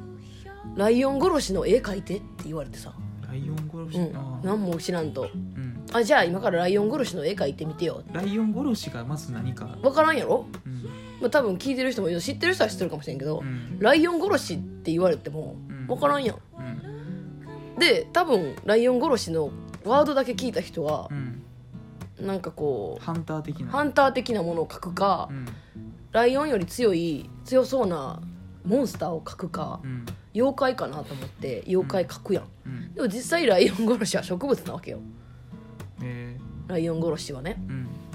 A: 「ライオン殺しの絵描いて」って言われてさ、
B: ライオン殺し、
A: うん
B: あ、ー
A: 何も知らんと
B: うん
A: 「あじゃあ今からライオン殺しの絵描いてみてよ
B: ライオン殺しがまず何か」、
A: 分からんやろ、
B: うん
A: まあ、多分聞いてる人もいる知ってる人は知ってるかもしれんけど、
B: うん
A: ライオン殺しって言われても
B: うん
A: 分からんやん
B: うん
A: で多分ライオン殺しのワードだけ聞いた人は
B: うん、
A: なんかこ
B: ハンター的
A: う
B: な
A: ハンター的なものを描くか、
B: うん
A: ライオンより強い強そうなモンスターを描くか、
B: うん
A: 妖怪かなと思って妖怪描くやん、
B: うん
A: でも実際ライオン殺しは植物なわけよ
B: え
A: ライオン殺しはね、
B: ー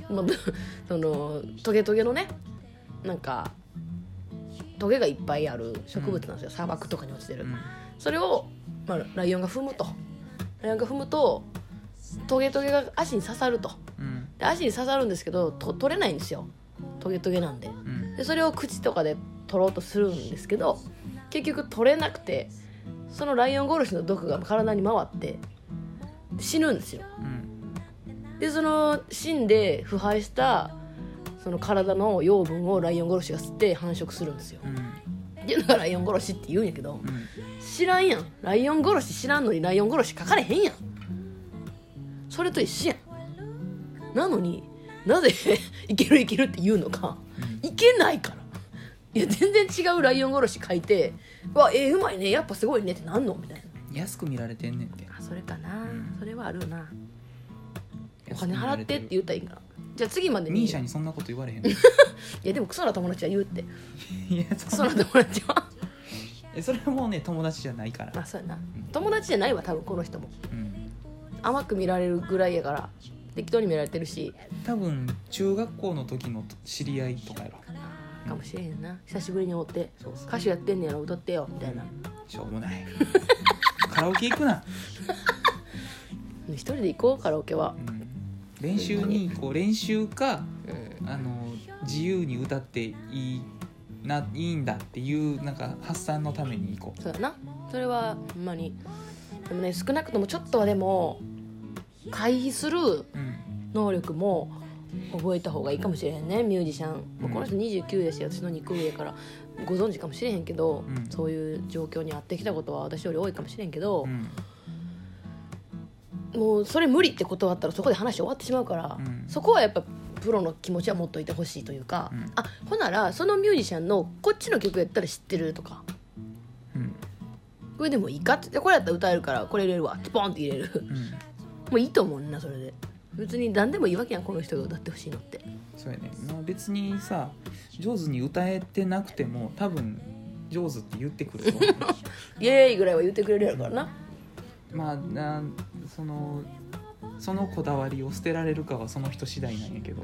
B: うん
A: まあ、 そのトゲトゲのねなんかトゲがいっぱいある植物なんですよ、砂漠とかに落ちてる、
B: うん
A: それを、まあ、ライオンが踏むとライオンが踏むとトゲトゲが足に刺さると
B: うん
A: で足に刺さるんですけどと取れないんですよトゲトゲなんで
B: うん
A: でそれを口とかで取ろうとするんですけど結局取れなくてそのライオン殺しの毒が体に回って死ぬんですよ
B: うん
A: でその死んで腐敗したその体の養分をライオン殺しが吸って繁殖するんですよ
B: うん
A: っていうのがライオン殺しって言うんやけど
B: うん
A: 知らんやんライオン殺し知らんのにライオン殺し書かれへんやんそれと一緒やんなのになぜ いけるいけるって言うのか
B: うん
A: いけないからいや全然違うライオン殺し書いて「わえーうまいねやっぱすごいね」ってなんのみたいな
B: 安く見られてんねんて
A: あそれかな、
B: うん
A: それはあるよなお金払ってって言
B: う
A: ったらいいんかなじゃあ次までに
B: ミーシャにそんなこと言われへんの
A: いやでもクソな友達は言うって
B: いや
A: クソ
B: そん
A: な
B: な
A: 友達は
B: えそれはもうね友達じゃないから
A: ま あそうやな友達じゃないわ多分この人も
B: うん
A: 甘く見られるぐらいやから適当に見られてるし
B: 多分中学校の時の知り合いとかやろ
A: かもしれへんな久しぶりに会って
B: そうそう
A: 歌手やってんねやろ歌ってよみたいな
B: しょうもないカラオケ行くな、
A: 一人で行こうカラオケは
B: うん、練習にこう練習か
A: うん
B: あの自由に歌っていいないいんだっていうなんか発散のために行こ
A: そうやなそれはほんまにでもね少なくともちょっとはでも回避する
B: う、うん、
A: 能力も覚えた方がいいかもしれへんねミュージシャン、まあこの人29やし私の2個上やからご存知かもしれへんけど、
B: うん
A: そういう状況に遭ってきたことは私より多いかもしれんけど
B: う、ん
A: もうそれ無理って断ったらそこで話終わってしまうから、
B: うん
A: そこはやっぱプロの気持ちは持っといてほしいというか、
B: うん
A: あほならそのミュージシャンのこっちの曲やったら知ってるとか
B: うん
A: これでもいいかってでこれやったら歌えるからこれ入れるわってポンって入れる
B: うん
A: もういいと思うねんなそれで別に何でもいいわけやんこの人が歌ってほしいのって
B: そうやねまあ別にさ上手に歌えてなくても多分上手って言ってくると思う
A: イエーイぐらいは言ってくれるやろからな
B: まあなそのそのこだわりを捨てられるかはその人次第なんやけど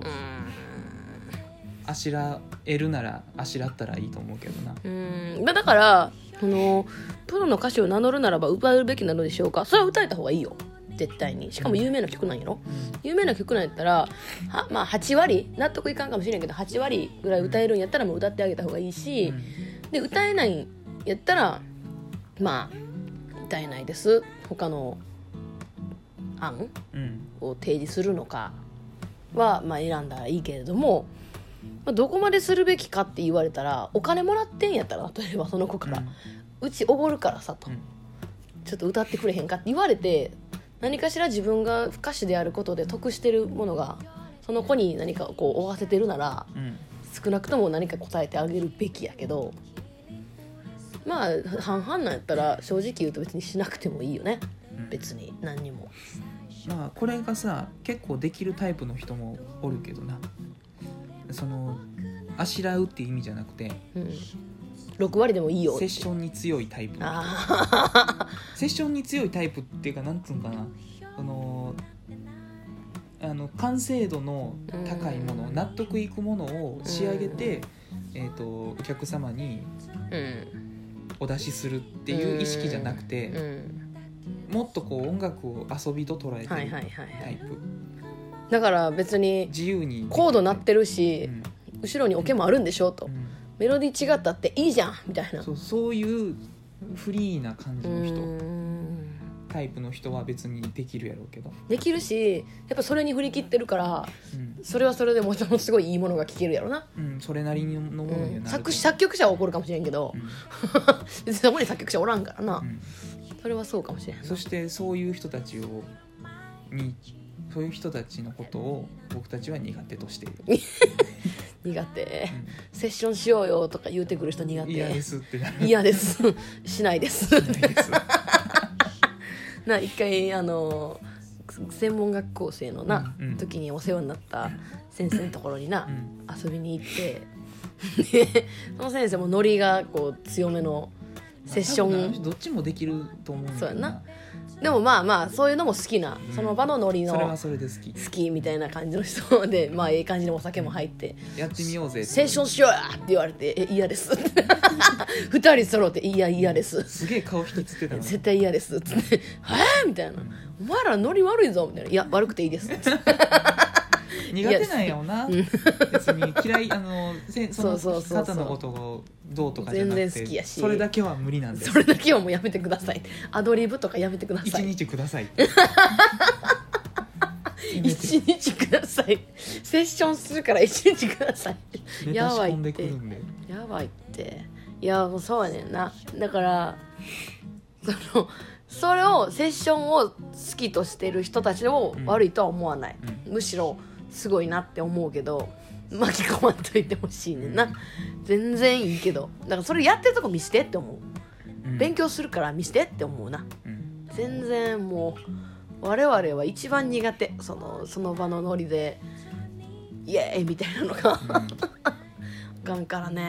B: あしらえるならあしらったらいいと思うけどな
A: うーんまあだからそのプロの歌手を名乗るならば歌うべきなのでしょうかそれは歌えた方がいいよ絶対にしかも有名な曲なんやろ有名な曲なんやったらはまあ8割納得いかんかもしれんけど8割ぐらい歌えるんやったらもう歌ってあげた方がいいし、で歌えないんやったらまあ歌えないです他の案
B: うん
A: を提示するのかは、まあ、選んだらいいけれども、まあ、どこまでするべきかって言われたらお金もらってんやったら例えばその子から「
B: う
A: うんちおごるからさ」と
B: うん
A: 「ちょっと歌ってくれへんか」って言われて何かしら自分が歌手であることで得してるものがその子に何かこう負わせてるなら
B: うん
A: 少なくとも何か答えてあげるべきやけどまあ半々なんやったら正直言うと別にしなくてもいいよね
B: うん
A: 別に何にも
B: まあこれがさ結構できるタイプの人もおるけどなそのあしらうっていう意味じゃなくて
A: うん6割でもいいよ
B: セッションに強いタイプ
A: あ
B: セッションに強いタイプっていうかなんつうんかなそのあの完成度の高いもの
A: うん
B: 納得いくものを仕上げて、えー、とお客様に
A: あうん
B: お出しするっていう意識じゃなくて、
A: うん
B: もっとこう音楽を遊びと捉えてる
A: は
B: タイ
A: い
B: プ、
A: はいはいはいだから別に
B: 自由に
A: コード鳴ってるし、
B: うん
A: 後ろにオケもあるんでしょと、
B: うん
A: メロディ違ったっていいじゃんみたいな
B: そうそういうフリーな感じの
A: う
B: 人
A: ん
B: タイプの人は別にできるやろうけど、
A: できるしやっぱそれに振り切ってるから
B: うん
A: それはそれでもちろんすごいいいものが聴けるやろな、
B: うんそれなりのものにはな
A: う
B: ると思
A: ん
B: う
A: 作詞作曲者は怒るかもしれんけど、
B: うん
A: 別にそこに作曲者おらんからな、
B: うん
A: それはそうかもしれんな
B: そしてそういう人たちをにそういう人たちのことを僕たちは苦手としている、
A: 苦手
B: う
A: セッションしようよとか言うてくる人苦
B: ん
A: 手
B: 嫌ですってなる
A: 嫌です しないです
B: 嫌です
A: な一回あの専門学校生のな、
B: うんうん
A: 時にお世話になった先生のところにな、
B: うん
A: 遊びに行って でその先生もノリがこう強めのセッショ
B: 多分な
A: ン
B: どっちもできると思うんだけど
A: でもまあまあそういうのも好きな
B: うん
A: その場のノリ
B: それは
A: の
B: それで好き
A: 好きみたいな感じの人でまあええ感じのお酒も入って
B: やってみよう
A: 「
B: ぜって
A: セッションしようや!」って言われて「え 嫌です」二人揃って「いや嫌です」
B: すげえ顔引きつってたの
A: 絶対嫌です」つって「えーみたいな「お前らノリ悪いぞ」みたいな「いや悪くていいです」 つって
B: 苦手なんやろな別に嫌いあのせその
A: そうそうそうそう
B: 方のことをどうとかじゃなくて
A: 全然好きやし
B: それだけは無理なんです
A: それだけはもうやめてくださいアドリブとかやめてくだ
B: 一
A: さい
B: 日くださいって
A: 一日くださいセッションするから一日ください
B: ネ
A: や
B: タ仕
A: ばい
B: 込ん
A: っ
B: でく
A: て
B: るんで
A: やばいっていやもうそうやねんなだからそのそれをセッションを好きとしてる人たちを
B: うん
A: 悪いとは思わない、
B: う
A: むしろすごいなって思うけど 巻き込まんといてほしいねんな、全然いいけどだからそれやってるとこ見してって思う、
B: うん
A: 勉強するから見してって思うな
B: うん
A: 全然もう我々は一番苦手そのその場のノリでイエーイみたいなのが
B: うん
A: あかんからね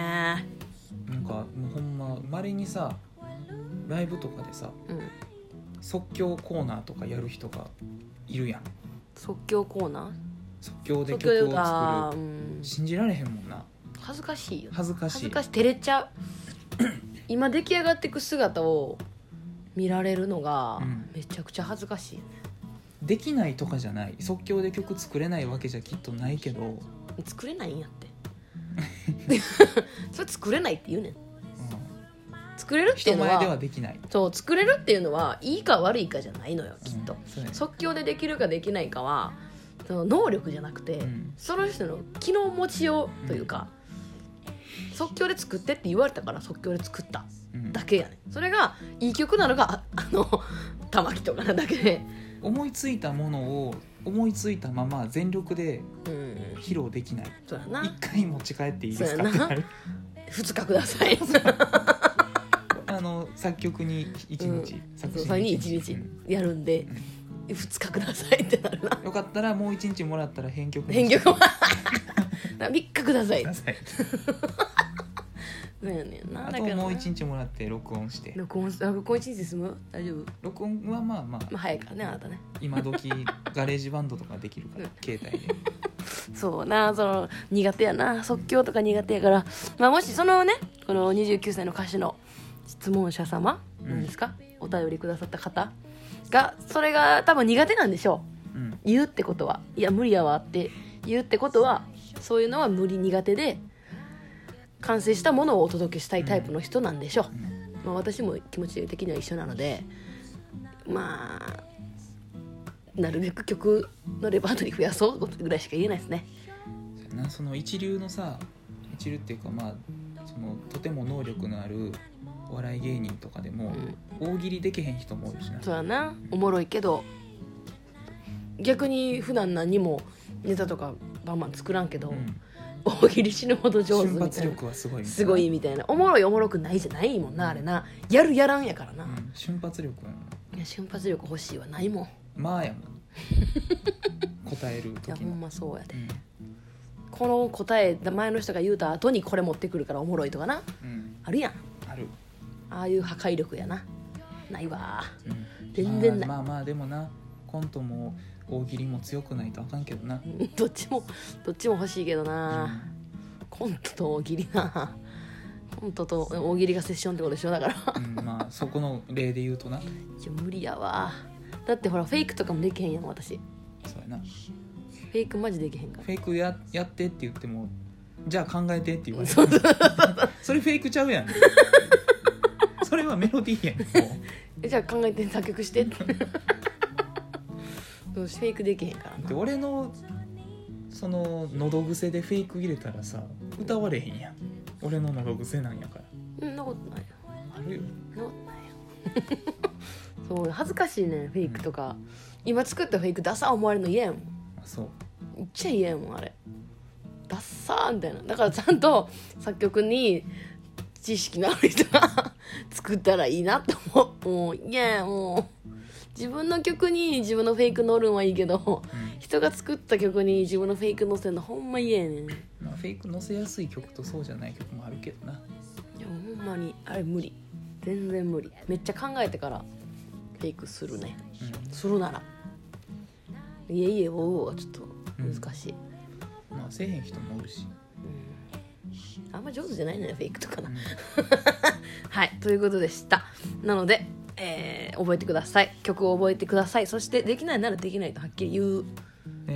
B: なんかもうほんままれにさライブとかでさ
A: うん
B: 即興コーナーとかやる人がいるやん
A: 即興コーナー
B: 即興で
A: 即
B: 曲
A: 興で
B: を
A: あー
B: 作る
A: うん
B: 信じられへんもんな
A: 恥ずかしいよね
B: 恥ずか
A: 恥
B: し
A: ず
B: い
A: かしい照れち ゃう今出来上がっていく姿を見られるのが
B: うん
A: めちゃくちゃ恥ずかしい、ね
B: できないとかじゃない即興で曲作れないわけじゃきっとないけど、うん
A: 作れないんやって それ作れないって言うねん作れるってい
B: 人
A: うの
B: 前では
A: は
B: できない
A: そう作れるっていうのはいいか悪いかじゃないのよきっと、
B: うんそうやね
A: 即興でできるかできないかはその能力じゃなくて、
B: うん
A: その人の機能持ちようというか、即興で作ってって言われたから即興で作った
B: うん
A: だけやねんそれがいい曲なのがああ の玉木とかなだけで、
B: 思いついたものを思いついたまま全力で
A: うん、
B: 披露できない
A: そうや
B: 一
A: な
B: 回持ち帰っていいですかっ
A: そう
B: て
A: やな
B: なる
A: 2日ください
B: あの作曲に一日、作
A: そう
B: 詞
A: それに
B: に
A: 1
B: 一
A: 日
B: うん
A: やるんで2日くださいってなるな
B: よかったらもう一日もらったら編曲も
A: 編曲は3日ください
B: ください
A: そうやねんな
B: あ
A: だ
B: と
A: から
B: もう一日もらって録音して
A: 録音あ録音1日で済む大丈夫
B: 録音はまあまあ
A: まあ早いからねあなたね
B: 今時ガレージバンドとかできるから携帯で
A: そうなその苦手やな即興とか苦手やから、まあ、もしそのねこの29歳の歌手の質問者様
B: うん
A: なんですか、お便りくださった方がそれが多分苦手なんでしょ
B: うん
A: う言うってことはいや無理やわって言うってことはそういうのは無理苦手で完成したものをお届けしたいタイプの人なんでしょう、
B: うん
A: まあ、私も気持ち的には一緒なのでまあなるべく曲のレパートリー増やそうぐらいしか言えないですね。
B: そうやなその一流のさ一流っていうかまあそのとても能力のあるお笑い芸人とかでも
A: うん
B: 大喜利できへん人も多いしな
A: そうやなおもろいけど逆に普段何もネタとかバンバン作らんけど、
B: うん
A: 大喜利死ぬほど上手
B: 瞬
A: みた
B: 発
A: いな
B: 力はすごいみたな
A: すごいみたいなおもろいおもろくないじゃないもんなあれなやるやらんやからな、
B: うん瞬発力はね
A: いや瞬発力欲しいはないもんい
B: まあやもん答える
A: や
B: 時
A: ほ
B: の
A: んまそうやで
B: うん
A: この答え前の人が言うた後にこれ持ってくるからおもろいとかな
B: うん
A: あるやん
B: ある
A: ああいう破壊力やなないわ
B: うん
A: 全然ない
B: まあまあまあでもなコントも大喜利も強くないとあかんけどな
A: うんどっちもどっちも欲しいけどな、コントと大喜利なコントと大喜利がセッションってことでしょだから
B: うんうんまあそこの例で言うとない
A: や無理やわだってほらフェイクとかもできへんやん私
B: そうやなフ
A: フェイクマジできへんから
B: ェイクややってって言ってもじゃあ考えてって言われるそれフェイクちゃうやんそれはメロディーやんも
A: えじゃあ考えて作曲してってどうしフェイクできへんから
B: うで
A: な
B: 俺のその喉癖でフェイク入れたらさ歌われへんやん俺の喉癖なんやから
A: うんなことないよ
B: あるよ
A: なことないよ そう恥ずかしいねんフェイクとか、今作ったフェイクダサー思われるの嫌やもん
B: あそう
A: めっちゃ嫌やもんあれダッサーみたいなだからちゃんと作曲に知識のある人が作ったらいいなと思うもう嫌やもう自分の曲に自分のフェイク乗るんはいいけど
B: うん
A: 人が作った曲に自分のフェイク乗せるのほんま嫌やねんいや
B: まあ、フェイク載せやすい曲とそうじゃない曲もあるけどな
A: ほんまにあれ無理全然無理めっちゃ考えてからフェイクするねするならいえいえおうおうはちょっと難しい、
B: うんまあせえへん人もおるし、
A: うんあんま上手じゃないのよフェイクとかな
B: うん
A: はい、ということでした。なので、えー覚えてください。曲を覚えてください。そして、できないならできないとはっきり言う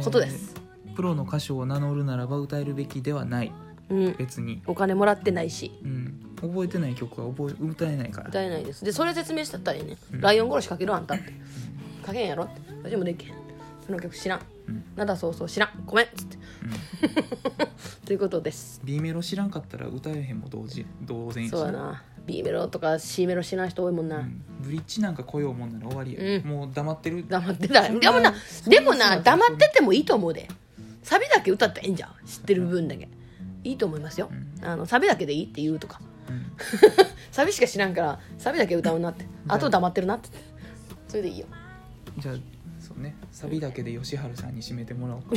A: ことです。
B: えープロの歌手を名乗るならば歌えるべきではない
A: うん。
B: 別に、
A: お金もらってないし、
B: うん、覚えてない曲は覚え歌えないから
A: 歌えないです。で、それ説明したったらいいね。
B: うん
A: ライオン殺しかけるあんたって。かけんやろって。私もできへん。その曲知らん
B: うん。
A: なんだそうそう知らん。ごめんっつって。 ということです。
B: B メロ知らんかったら歌えへんも同時同然やし
A: そうやな。B メロとか C メロ知らん人多いもん
B: う
A: な。
B: んブリッジなんか来ようもんなら終わりや、
A: うん
B: もう黙ってる
A: 黙ってた。
B: そん
A: でもな、でも
B: そん
A: な、
B: 人だ
A: 黙っててもいいと思うで。サビだけ歌ったらいいんじゃん。知ってる分だけ。いいと思いますよ。あのサビだけでいいって言うとか。
B: うん
A: サビしか知らんから、サビだけ歌うなって。あと黙ってるなって。それでいいよ。
B: じゃあそうねサビだけで吉春さんに締めてもらおうか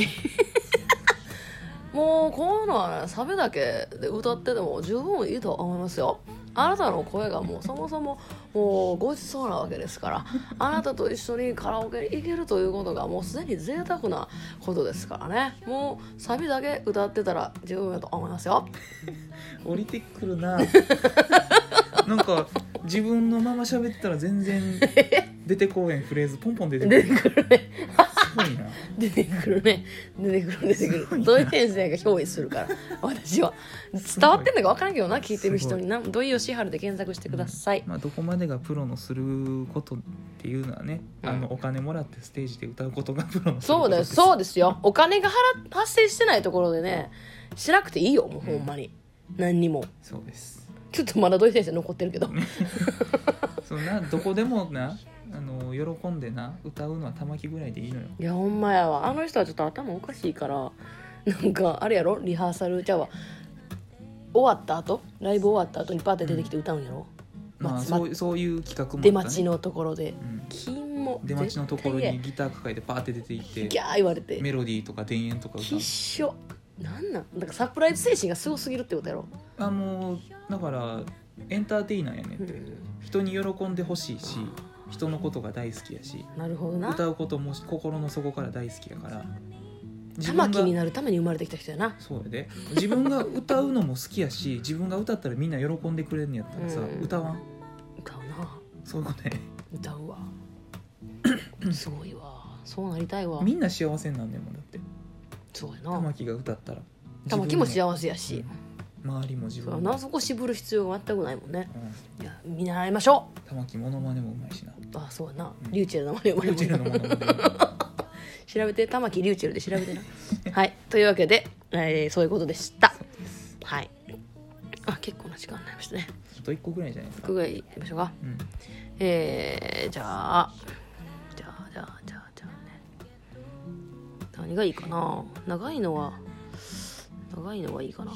A: もう、こういうのはね、サビだけで歌ってても十分いいと思いますよ。あなたの声がもうそもそももうごちそうなわけですからあなたと一緒にカラオケに行けるということがもうすでに贅沢なことですからねもうサビだけ歌ってたら十分だと思いますよ
B: 降りてく るななんか自分のまま喋ったら 全然出てこうへんフレーズポンポン出てく
A: 出
B: る
A: てくるね
B: すごいな
A: 出てくるね出てくる出てくるどういう先生が憑依するから私は伝わってんのか分からんけどな聞いてる人にな土井善晴で検索してください、
B: まあ、どこまでがプロのすることっていうのはね、
A: うん
B: あのお金もらってステージで歌うことがプロのする
A: そ
B: こ
A: う
B: と
A: だよそうですよお金が払発生してないところでねしなくていいよもうほんまに、何にも
B: そうです
A: ちょっとまだ土井先生残ってるけど、
B: そんなどこでもなあの喜んでな歌うのは玉木ぐらいでいいのよ
A: いやほんまやわあの人はちょっと頭おかしいからなんかあれやろリハーサルじゃあわ終わった後ライブ終わった後にパーって出てきて歌うんやろ、
B: まあ
A: ま
B: そうそういう企画もあったね
A: 出待ちのところで
B: うん
A: 金も
B: 出待ちのところ
A: 絶対
B: にギター抱えてパーって出て行っ
A: ギ
B: て
A: ャー言われて
B: メロディーとか田園とか歌
A: 必
B: う
A: 勝なんなんだからサプライズ精神がすごすぎるってことやろ、
B: あもうだからエンターテイナーやねんって、人に喜んでほしいし人のことが大好きやし
A: なるほどな
B: 歌うことも心の底から大好きやから自
A: 玉
B: 分
A: 木
B: が
A: になるために生まれてきた人やな
B: そうやで自分が歌うのも好きやし自分が歌ったらみんな喜んでくれんのやったらさ、
A: うん
B: 歌わん
A: 歌うな
B: そういうことね
A: 歌 うわすごいわそうなりたいわ
B: みんな幸せになんねんもんだって
A: そうやな
B: 玉木が歌ったら
A: 玉木も
B: せ
A: 幸せやし、
B: 周りも自
A: そうや
B: 分
A: な
B: も、
A: そこ渋る必要が全くないもんね
B: うん、
A: いや見習いましょ
B: 玉木モノマネもうまいしな
A: うあそうやな、
B: うん
A: リューチェルの名前呼ば
B: リ
A: れ
B: ュウチェルのモノマネも
A: 調べて玉木リューチェルで調べてな はいというわけで、えーそういうことでしたはいあ結構な時間になりましたね
B: あと一個ぐらいじゃないですか
A: 僕、がいきましょうか
B: うん
A: えー、じゃあじゃあじゃあじゃあじゃあね何がいいかな長いのは長いのがいいかな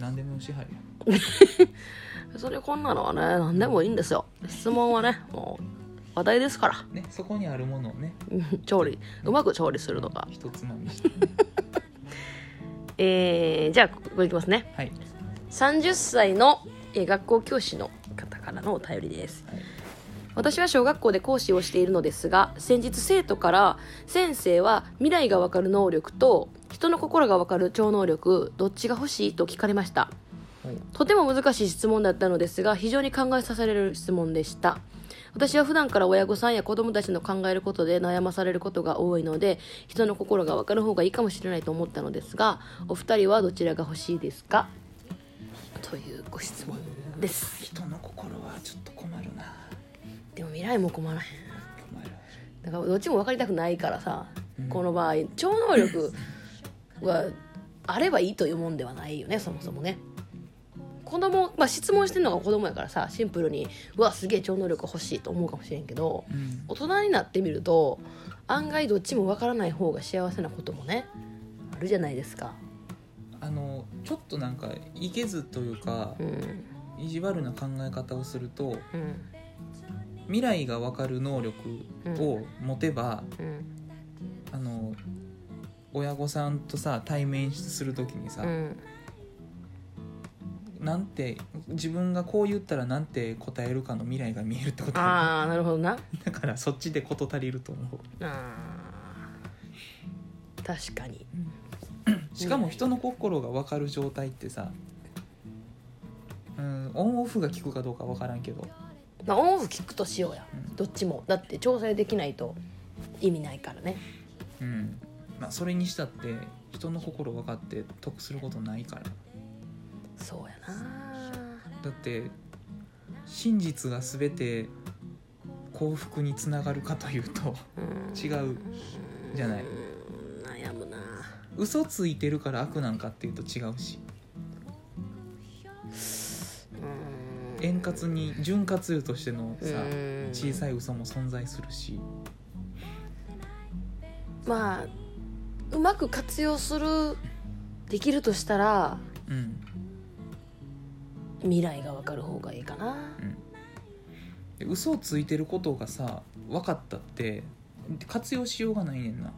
B: 何でも支配や
A: それこんなのはね何でもいいんですよ質問はねもう話題ですから
B: ねそこにあるものをね
A: うん調理うまく調理するとか
B: 一つま みして
A: えー、じゃあここいきますね
B: はい
A: 30歳のえー学校教師の方からのお便りです
B: はい
A: 私は小学校で講師をしているのですが先日生徒から先生は未来がわかる能力と人の心がわかる超能力どっちが欲しいと聞かれました
B: はい
A: とても難しい質問だったのですが非常に考えさせられる質問でした私は普段から親御さんや子供たちの考えることで悩まされることが多いので人の心が分かる方がいいかもしれないと思ったのですがお二人はどちらが欲しいですかというご質問です
B: 人の心はちょっと困るな
A: でも未来も困らへん
B: 困る
A: だからどっちも分かりたくないからさ、
B: うん
A: この場合超能力はあればいいというもんではないよねそもそもね子供まあ質問してるのが子供やからさシンプルにうわすげえ超能力欲しいと思うかもしれんけど
B: うん
A: 大人になってみると案外どっちも分からない方が幸せなこともねあるじゃないですか
B: あのちょっとなんかいけずというか
A: うん
B: 意地悪な考え方をすると
A: うん
B: 未来が分かる能力を持てば、
A: うん
B: あの親御さんとさ対面する時にさ、
A: うん
B: なんて自分がこう言ったらなんて答えるかの未来が見えるってことだ
A: ああなるほどな
B: だからそっちで事足りると思
A: あー確かに
B: うしかも人の心が分かる状態ってさうんオンオフが効くかどうか分からんけど
A: まあ、オンオフ聞くとしようや、
B: うん
A: どっちもだって調整できないと意味ないからね
B: うんまあそれにしたって人の心分かって得することないから
A: そうやな
B: だって真実が全て幸福につながるかというと
A: うん
B: 違うじゃない
A: うん悩むな
B: 嘘ついてるから悪なんかっていうと違うし
A: うん
B: 円滑に潤滑油としてのさ
A: うん
B: 小さい嘘も存在するし
A: まあうまく活用するできるとしたら
B: うん
A: 未来が分かる方がいいかな
B: うんで嘘をついてることがさ分かったって活用しようがないねんな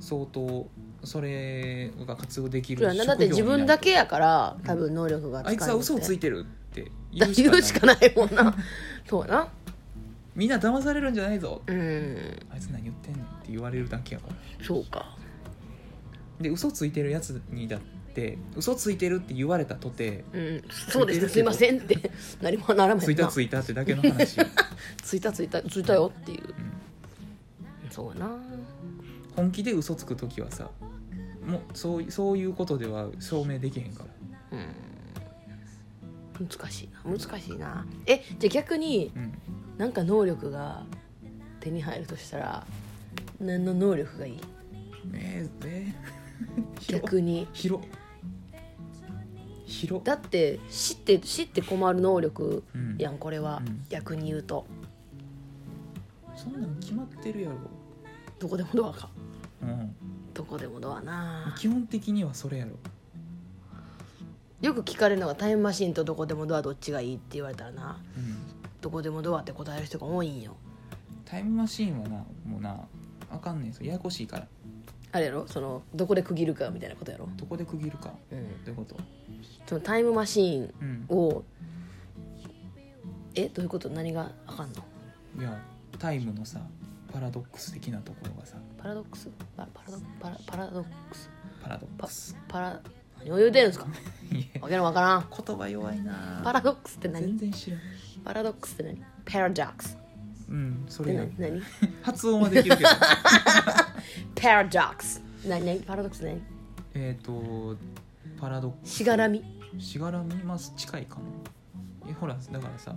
B: 相当それが活用できる
A: そうやなだって
B: 職業
A: 自
B: になる
A: 分だけやから多分能力が
B: あいつは嘘をつ
A: い
B: いてるって言うし
A: 言
B: かな
A: う
B: い
A: しかないもんな そうやな
B: みんな騙されるんじゃないぞ
A: うん
B: あいつ何言ってんねんって言われるだけやから
A: そうか
B: で嘘ついてるやつにだって嘘ついてるって言われたとて
A: うん、そうですねすいませんって なりもならない
B: ついたついたってだけの話 よ
A: ついたついたついたよっていう、そうやな
B: 本気で嘘つく時はさもうそういそういうことでは証明できへんから
A: うん難しいな難しいなえじゃあ逆に
B: うん
A: なんか能力が手に入るとしたら何の能力がいい
B: えー、えー、広
A: 逆に
B: 広広
A: だって知って知って困る能力
B: うん
A: やんこれは、
B: うん
A: 逆に言うと
B: そんなん決まってるやろ、
A: どこでもドアか
B: うん、
A: どこでもドアな
B: 基本的にはそれやろ
A: よく聞かれるのがタイムマシンとどこでもドアどっちがいいって言われたらな
B: うん
A: どこでもドアって答える人が多いんよ
B: タイムマシーンはなもうなあかんねんそれややこしいから
A: あれやろそのどこで区切るかみたいなことやろ、
B: どこで区切るか
A: うん、
B: どういうこと
A: そのタイムマシーン
B: うん
A: をえどういうこと何があかんの
B: いやタイムのさパラドックス的なところがさ
A: パラドックスパパラドパラパラドックス
B: パラドッ
A: パ
B: クス
A: パラ何を言うてるんですか
B: いや
A: わけのわからん
B: 言葉弱いな
A: パラドックスって
B: 全
A: 何
B: 然知らん
A: パラドックスって何パラドックスっ
B: うんそ
A: て
B: れや
A: 何何
B: 発音はできるけど
A: パラドックス何何パラドックスって何
B: えっとパラドック
A: しがらみ
B: スしがらみまあ近いかなえほらだからさ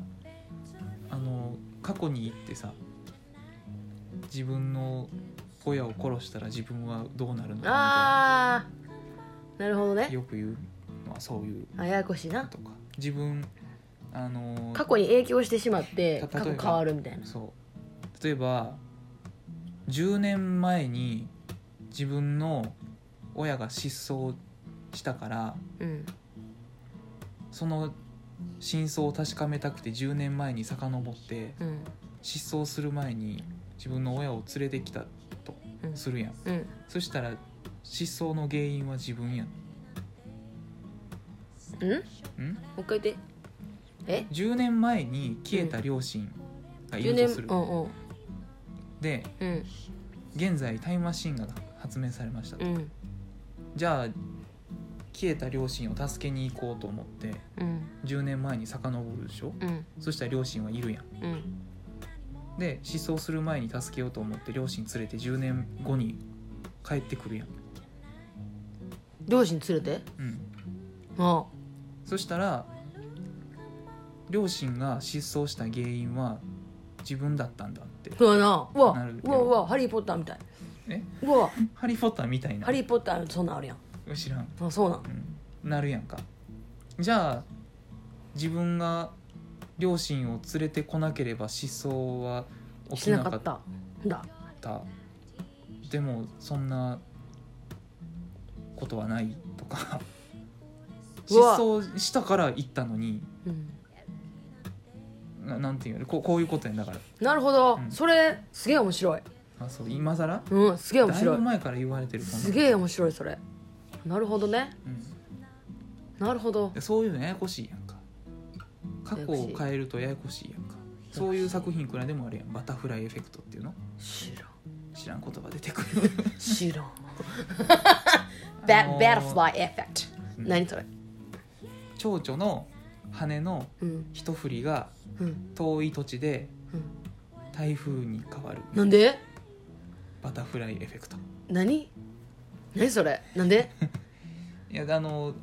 B: あの過去に行ってさ自分の親を殺したら自分はどうなるのか
A: あーなるほど
B: みたいな
A: ね
B: よく言うのはそういう
A: あややこしいな
B: とか自分あの
A: 過去に影響してしまって過
B: た例
A: 去
B: えば
A: 変わるみたいな
B: そう例えば10年前に自分の親が失踪したから
A: うん
B: その真相を確かめたくて10年前に遡って
A: うん
B: 失踪する前に自分の親を連れてきたと
A: うん
B: するやん
A: うん
B: そしたら失踪の原因は自分やん
A: うんもう一
B: ん
A: 回言ってえ
B: 10年前に消えた両親がい
A: 10
B: る
A: 年
B: とする、
A: うんうん
B: で
A: うん
B: 現在タイムマシンが発明されましたと、
A: うん
B: じゃあ消えた両親を助けに行こうと思って
A: うん
B: 10年前に遡るでしょ
A: うん
B: そしたら両親はいるやん
A: うん
B: で失踪する前に助けようと思って両親連れて10年後に帰ってくるやん、
A: 両親連れて
B: うん、
A: あ
B: そしたら両親が失踪した原因は自分だったんだって
A: そうやなうわ
B: なる
A: うわうわハリー・ポッターみたい
B: え
A: うわ
B: ハリー・ポッターみたいな
A: ハリー・ポッターそんなんあるやん
B: 知らん、
A: あそうなん
B: うん、なるやんかじゃあ自分が両親を連れてこなければ失踪は起
A: し
B: きな
A: な
B: か
A: か
B: っ
A: ったんだ
B: たでもそんなことはないとか
A: う
B: 失
A: わ
B: 踪したから行ったのに
A: うん
B: ななんていうのこうこういうことやんだから
A: なるほど、
B: うん
A: それすげえ面白い
B: あそう今更
A: うんすげえ面
B: だいぶ
A: 白い
B: 前から言われてるこんな
A: すげえ面白いそれなるほどね
B: うん
A: なるほど
B: でそういうのややこしいやんか過去
A: や
B: を
A: やこしい
B: 変えるとややこしいやんかそういう作品いくらでもあるやんバタフライエフェクトっていうの
A: 知らん
B: 知らん言葉出てく る
A: 知 らん
B: あ
A: バ
B: のー
A: バタフライエフェクト
B: うん
A: 何それ
B: 蝶々の羽の
A: うん
B: 一振りが
A: うん
B: 遠い土地で
A: うん
B: 台風に変わる
A: なんで
B: バタフライエフェクト
A: 何何それなんで
B: いやあの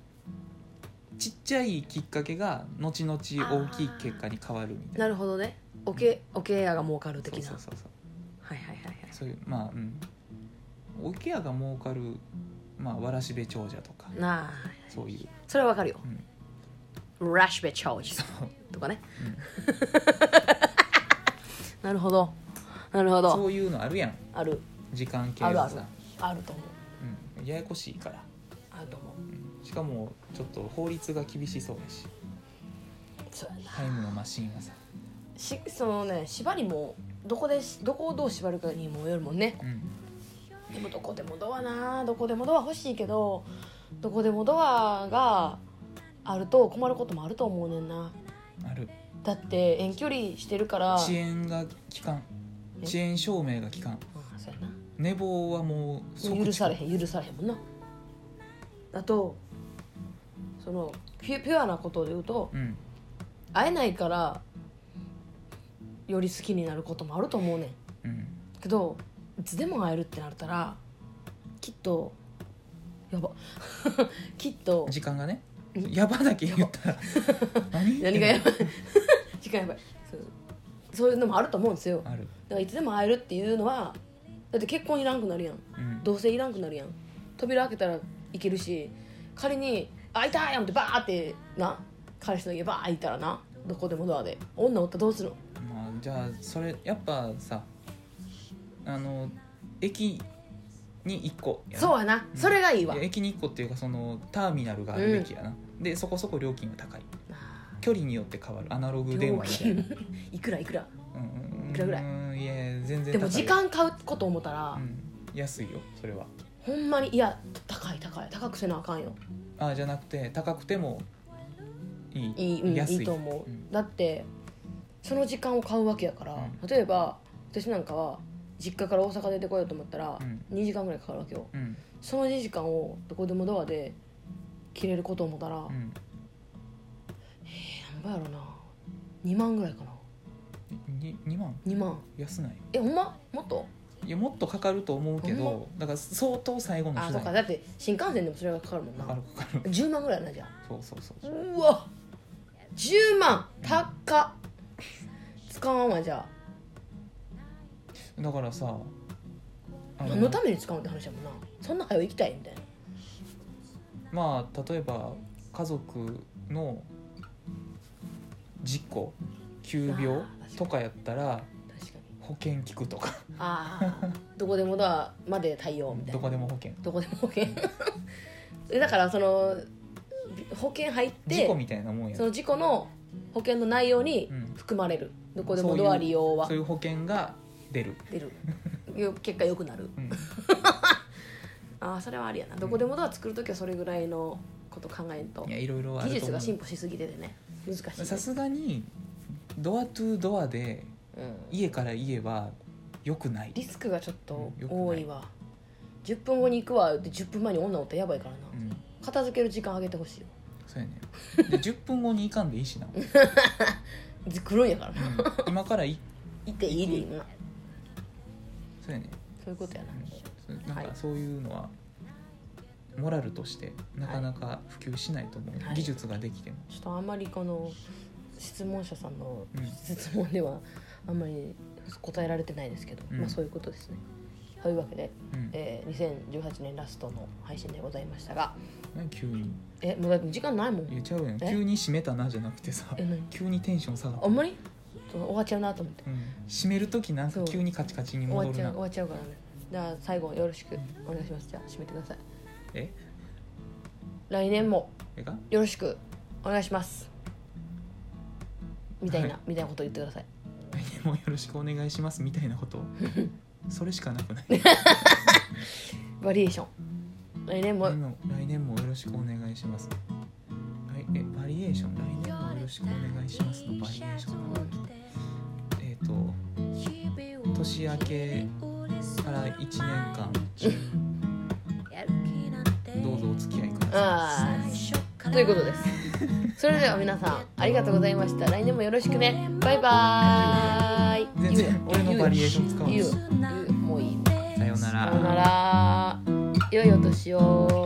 B: ちっちゃいきっかけが後々大きい結果に変わるみたいな
A: なるほどねおけおけやが儲かる
B: そ
A: 的
B: う
A: な
B: そうそうそう
A: はいはいはいはい
B: そういうまあうんおケアが儲かる、まあ、わらしべ長者とか
A: なあ
B: そういう
A: それはわかるよ
B: うん、
A: ラッシュベチャージとかね、なるほどなるほど
B: そういうのあるやん
A: ある
B: 時間計
A: ある
B: が
A: ある
B: さ、
A: あると思う
B: うん、ややこしいから、
A: あると思う
B: うんしかもちょっと法律が厳しそうやし
A: そうやな
B: タイムのマシンはさ、
A: しそのね縛りもどこでしどこをどう縛るかにもよるもんね
B: うん、
A: でもどこでもドアなどこでもドア欲しいけどどこでもドアがあると困ることもあると思うねんな
B: ある
A: だって遠距離してるから
B: 遅延が期間
A: え
B: 遅延証明が期間
A: うんそうやな
B: 寝坊はもう即
A: 許
B: 遅
A: さ
B: 刻
A: れへん許されへんもんなあとそのピュピュアなことで言うと
B: うん
A: 会えないからより好きになることもあると思うねん
B: うん
A: けどいつでも会えるってなったらきっとやば きっと
B: 時間がね
A: うん
B: やばだけ言ったら何
A: 何がやばい 時間やばいそうそういうのもあると思うんですよだか
B: ある、
A: らいつでも会えるっていうのはだって結婚いらんくなるやん
B: うん、
A: 同棲いらんくなるやん扉開けたらいけるし仮に「開いた!」やんってバーってな彼氏の家バー開いたらなどこでもドアで女おったらどうするの
B: まあ、じゃあそれやっぱさあの駅に1個やな
A: そうやな、
B: うん
A: それがいいわ
B: いや駅に1個っていうかそのターミナルがあるべきやな、でそこそこ料金が高い距離によって変わるアナログ電
A: 料
B: 話みたいな
A: 金 いくらいくら
B: うんうん
A: いくらぐらい
B: うんいや全然高い
A: でも時間買うこと思ったら、
B: うん安いよそれは
A: ほんまにいや高い高い高くせなあかんよ
B: あじゃなくて高くてもいい
A: いい,、うん、
B: 安い
A: いいと思う、
B: うん
A: だってその時間を買うわけやから、
B: う
A: 例えば私なんかは実家から大阪出てこようと思ったら、
B: うん
A: 2時間ぐらいかかるわけよ
B: うん
A: その2時間をどこでもドアで切れること思ったら、
B: う
A: なん
B: ん
A: ぼやろな2万ぐらいかな
B: に2万
A: 2万
B: 安ない
A: えほんまもっと
B: いやもっとかかると思うけ
A: ほん
B: どだから相当最後の
A: あそ
B: 手段
A: っかだって新幹線でもそれがかかるもんな
B: かかるかかる
A: 10万ぐらいやなじゃあ
B: そうそうそう
A: うわ10万高っ使わんわじゃあ
B: だからさあ
A: 何のために使うんって話やもんなそんな早よ行きたいみたいな
B: まあ例えば家族の事故急病
A: あー確かに
B: とかやったら
A: 確かに
B: 保険聞くとか
A: ああどこでもだまで対応みたい
B: ど
A: な
B: こでも保険
A: どこでも保険 だからその保険入って
B: 事故みたいなもんや
A: その事故の保険の内容に
B: うん
A: 含まれる、どこで
B: そ
A: も
B: ういう
A: ドア利用は
B: そういう保険が出る、
A: 出るよ結果良くなる
B: うん
A: ああそれはありやなどこでもドア作る時はそれぐらいのこと考えんと
B: いやいろいろあ
A: 技
B: ると
A: 術
B: 思
A: が進
B: う
A: 歩しすぎててね難しいね、
B: さすがにドアトゥドアで
A: うん
B: 家から家は良くない
A: リスクがちょっと
B: うんよくない
A: 多いわ10分後に行くわって10分前に女おったらやばいからな、
B: うん
A: 片付ける時間あげてほしいよ
B: そうやねで10分後に行かんでいいしな、うん
A: ず来るんやからな
B: 今からい
A: いていいでいいな
B: そうやね、
A: そういうことやな
B: うんそうなん
A: は
B: か
A: い
B: そういうのはモラルとしてなかなか普及しないと思う、
A: はい
B: 技術ができても
A: ちょっとあんまりこの質問者さんの
B: うん
A: 質問ではあんまり答えられてないですけど、
B: うん
A: まあそういうことですね。というわけで、
B: うん
A: えー、2018年ラストの配信でございましたが
B: 何急に
A: えもうだって時間ないもん
B: 言っちゃうやん
A: え
B: 急に閉めたなじゃなくてさ
A: え何
B: 急にテンション下がった
A: あんまりちょっと終わっちゃうなと思って
B: うん、閉める時なん
A: そ
B: か
A: う
B: 急にカチカチに
A: 終わ
B: 戻
A: っちゃ
B: る
A: う
B: な
A: 終わっちゃうからねじゃあ最後よろしくお願いしますじゃあ締めてください
B: え
A: 来年も
B: えか
A: よろしくお願いしますみたいな、
B: はい
A: みたいなこと言ってください
B: 来年もよろしくお願いしますみたいなこと それしかなくない
A: バリエーション来年も
B: 来年も来年もよろしくお願いします来えバリエーション来年もよろしくお願いしますのバリエーションはえっ、と年明けから1年間どうぞお付き合いください
A: ああということですそれでは皆さんありがとうございました来年もよろしくねバイバーイ
B: 全然俺のバリエーション使わない
A: 言うよ言うよ言うよもういい
B: さような
A: さようなら良いお年を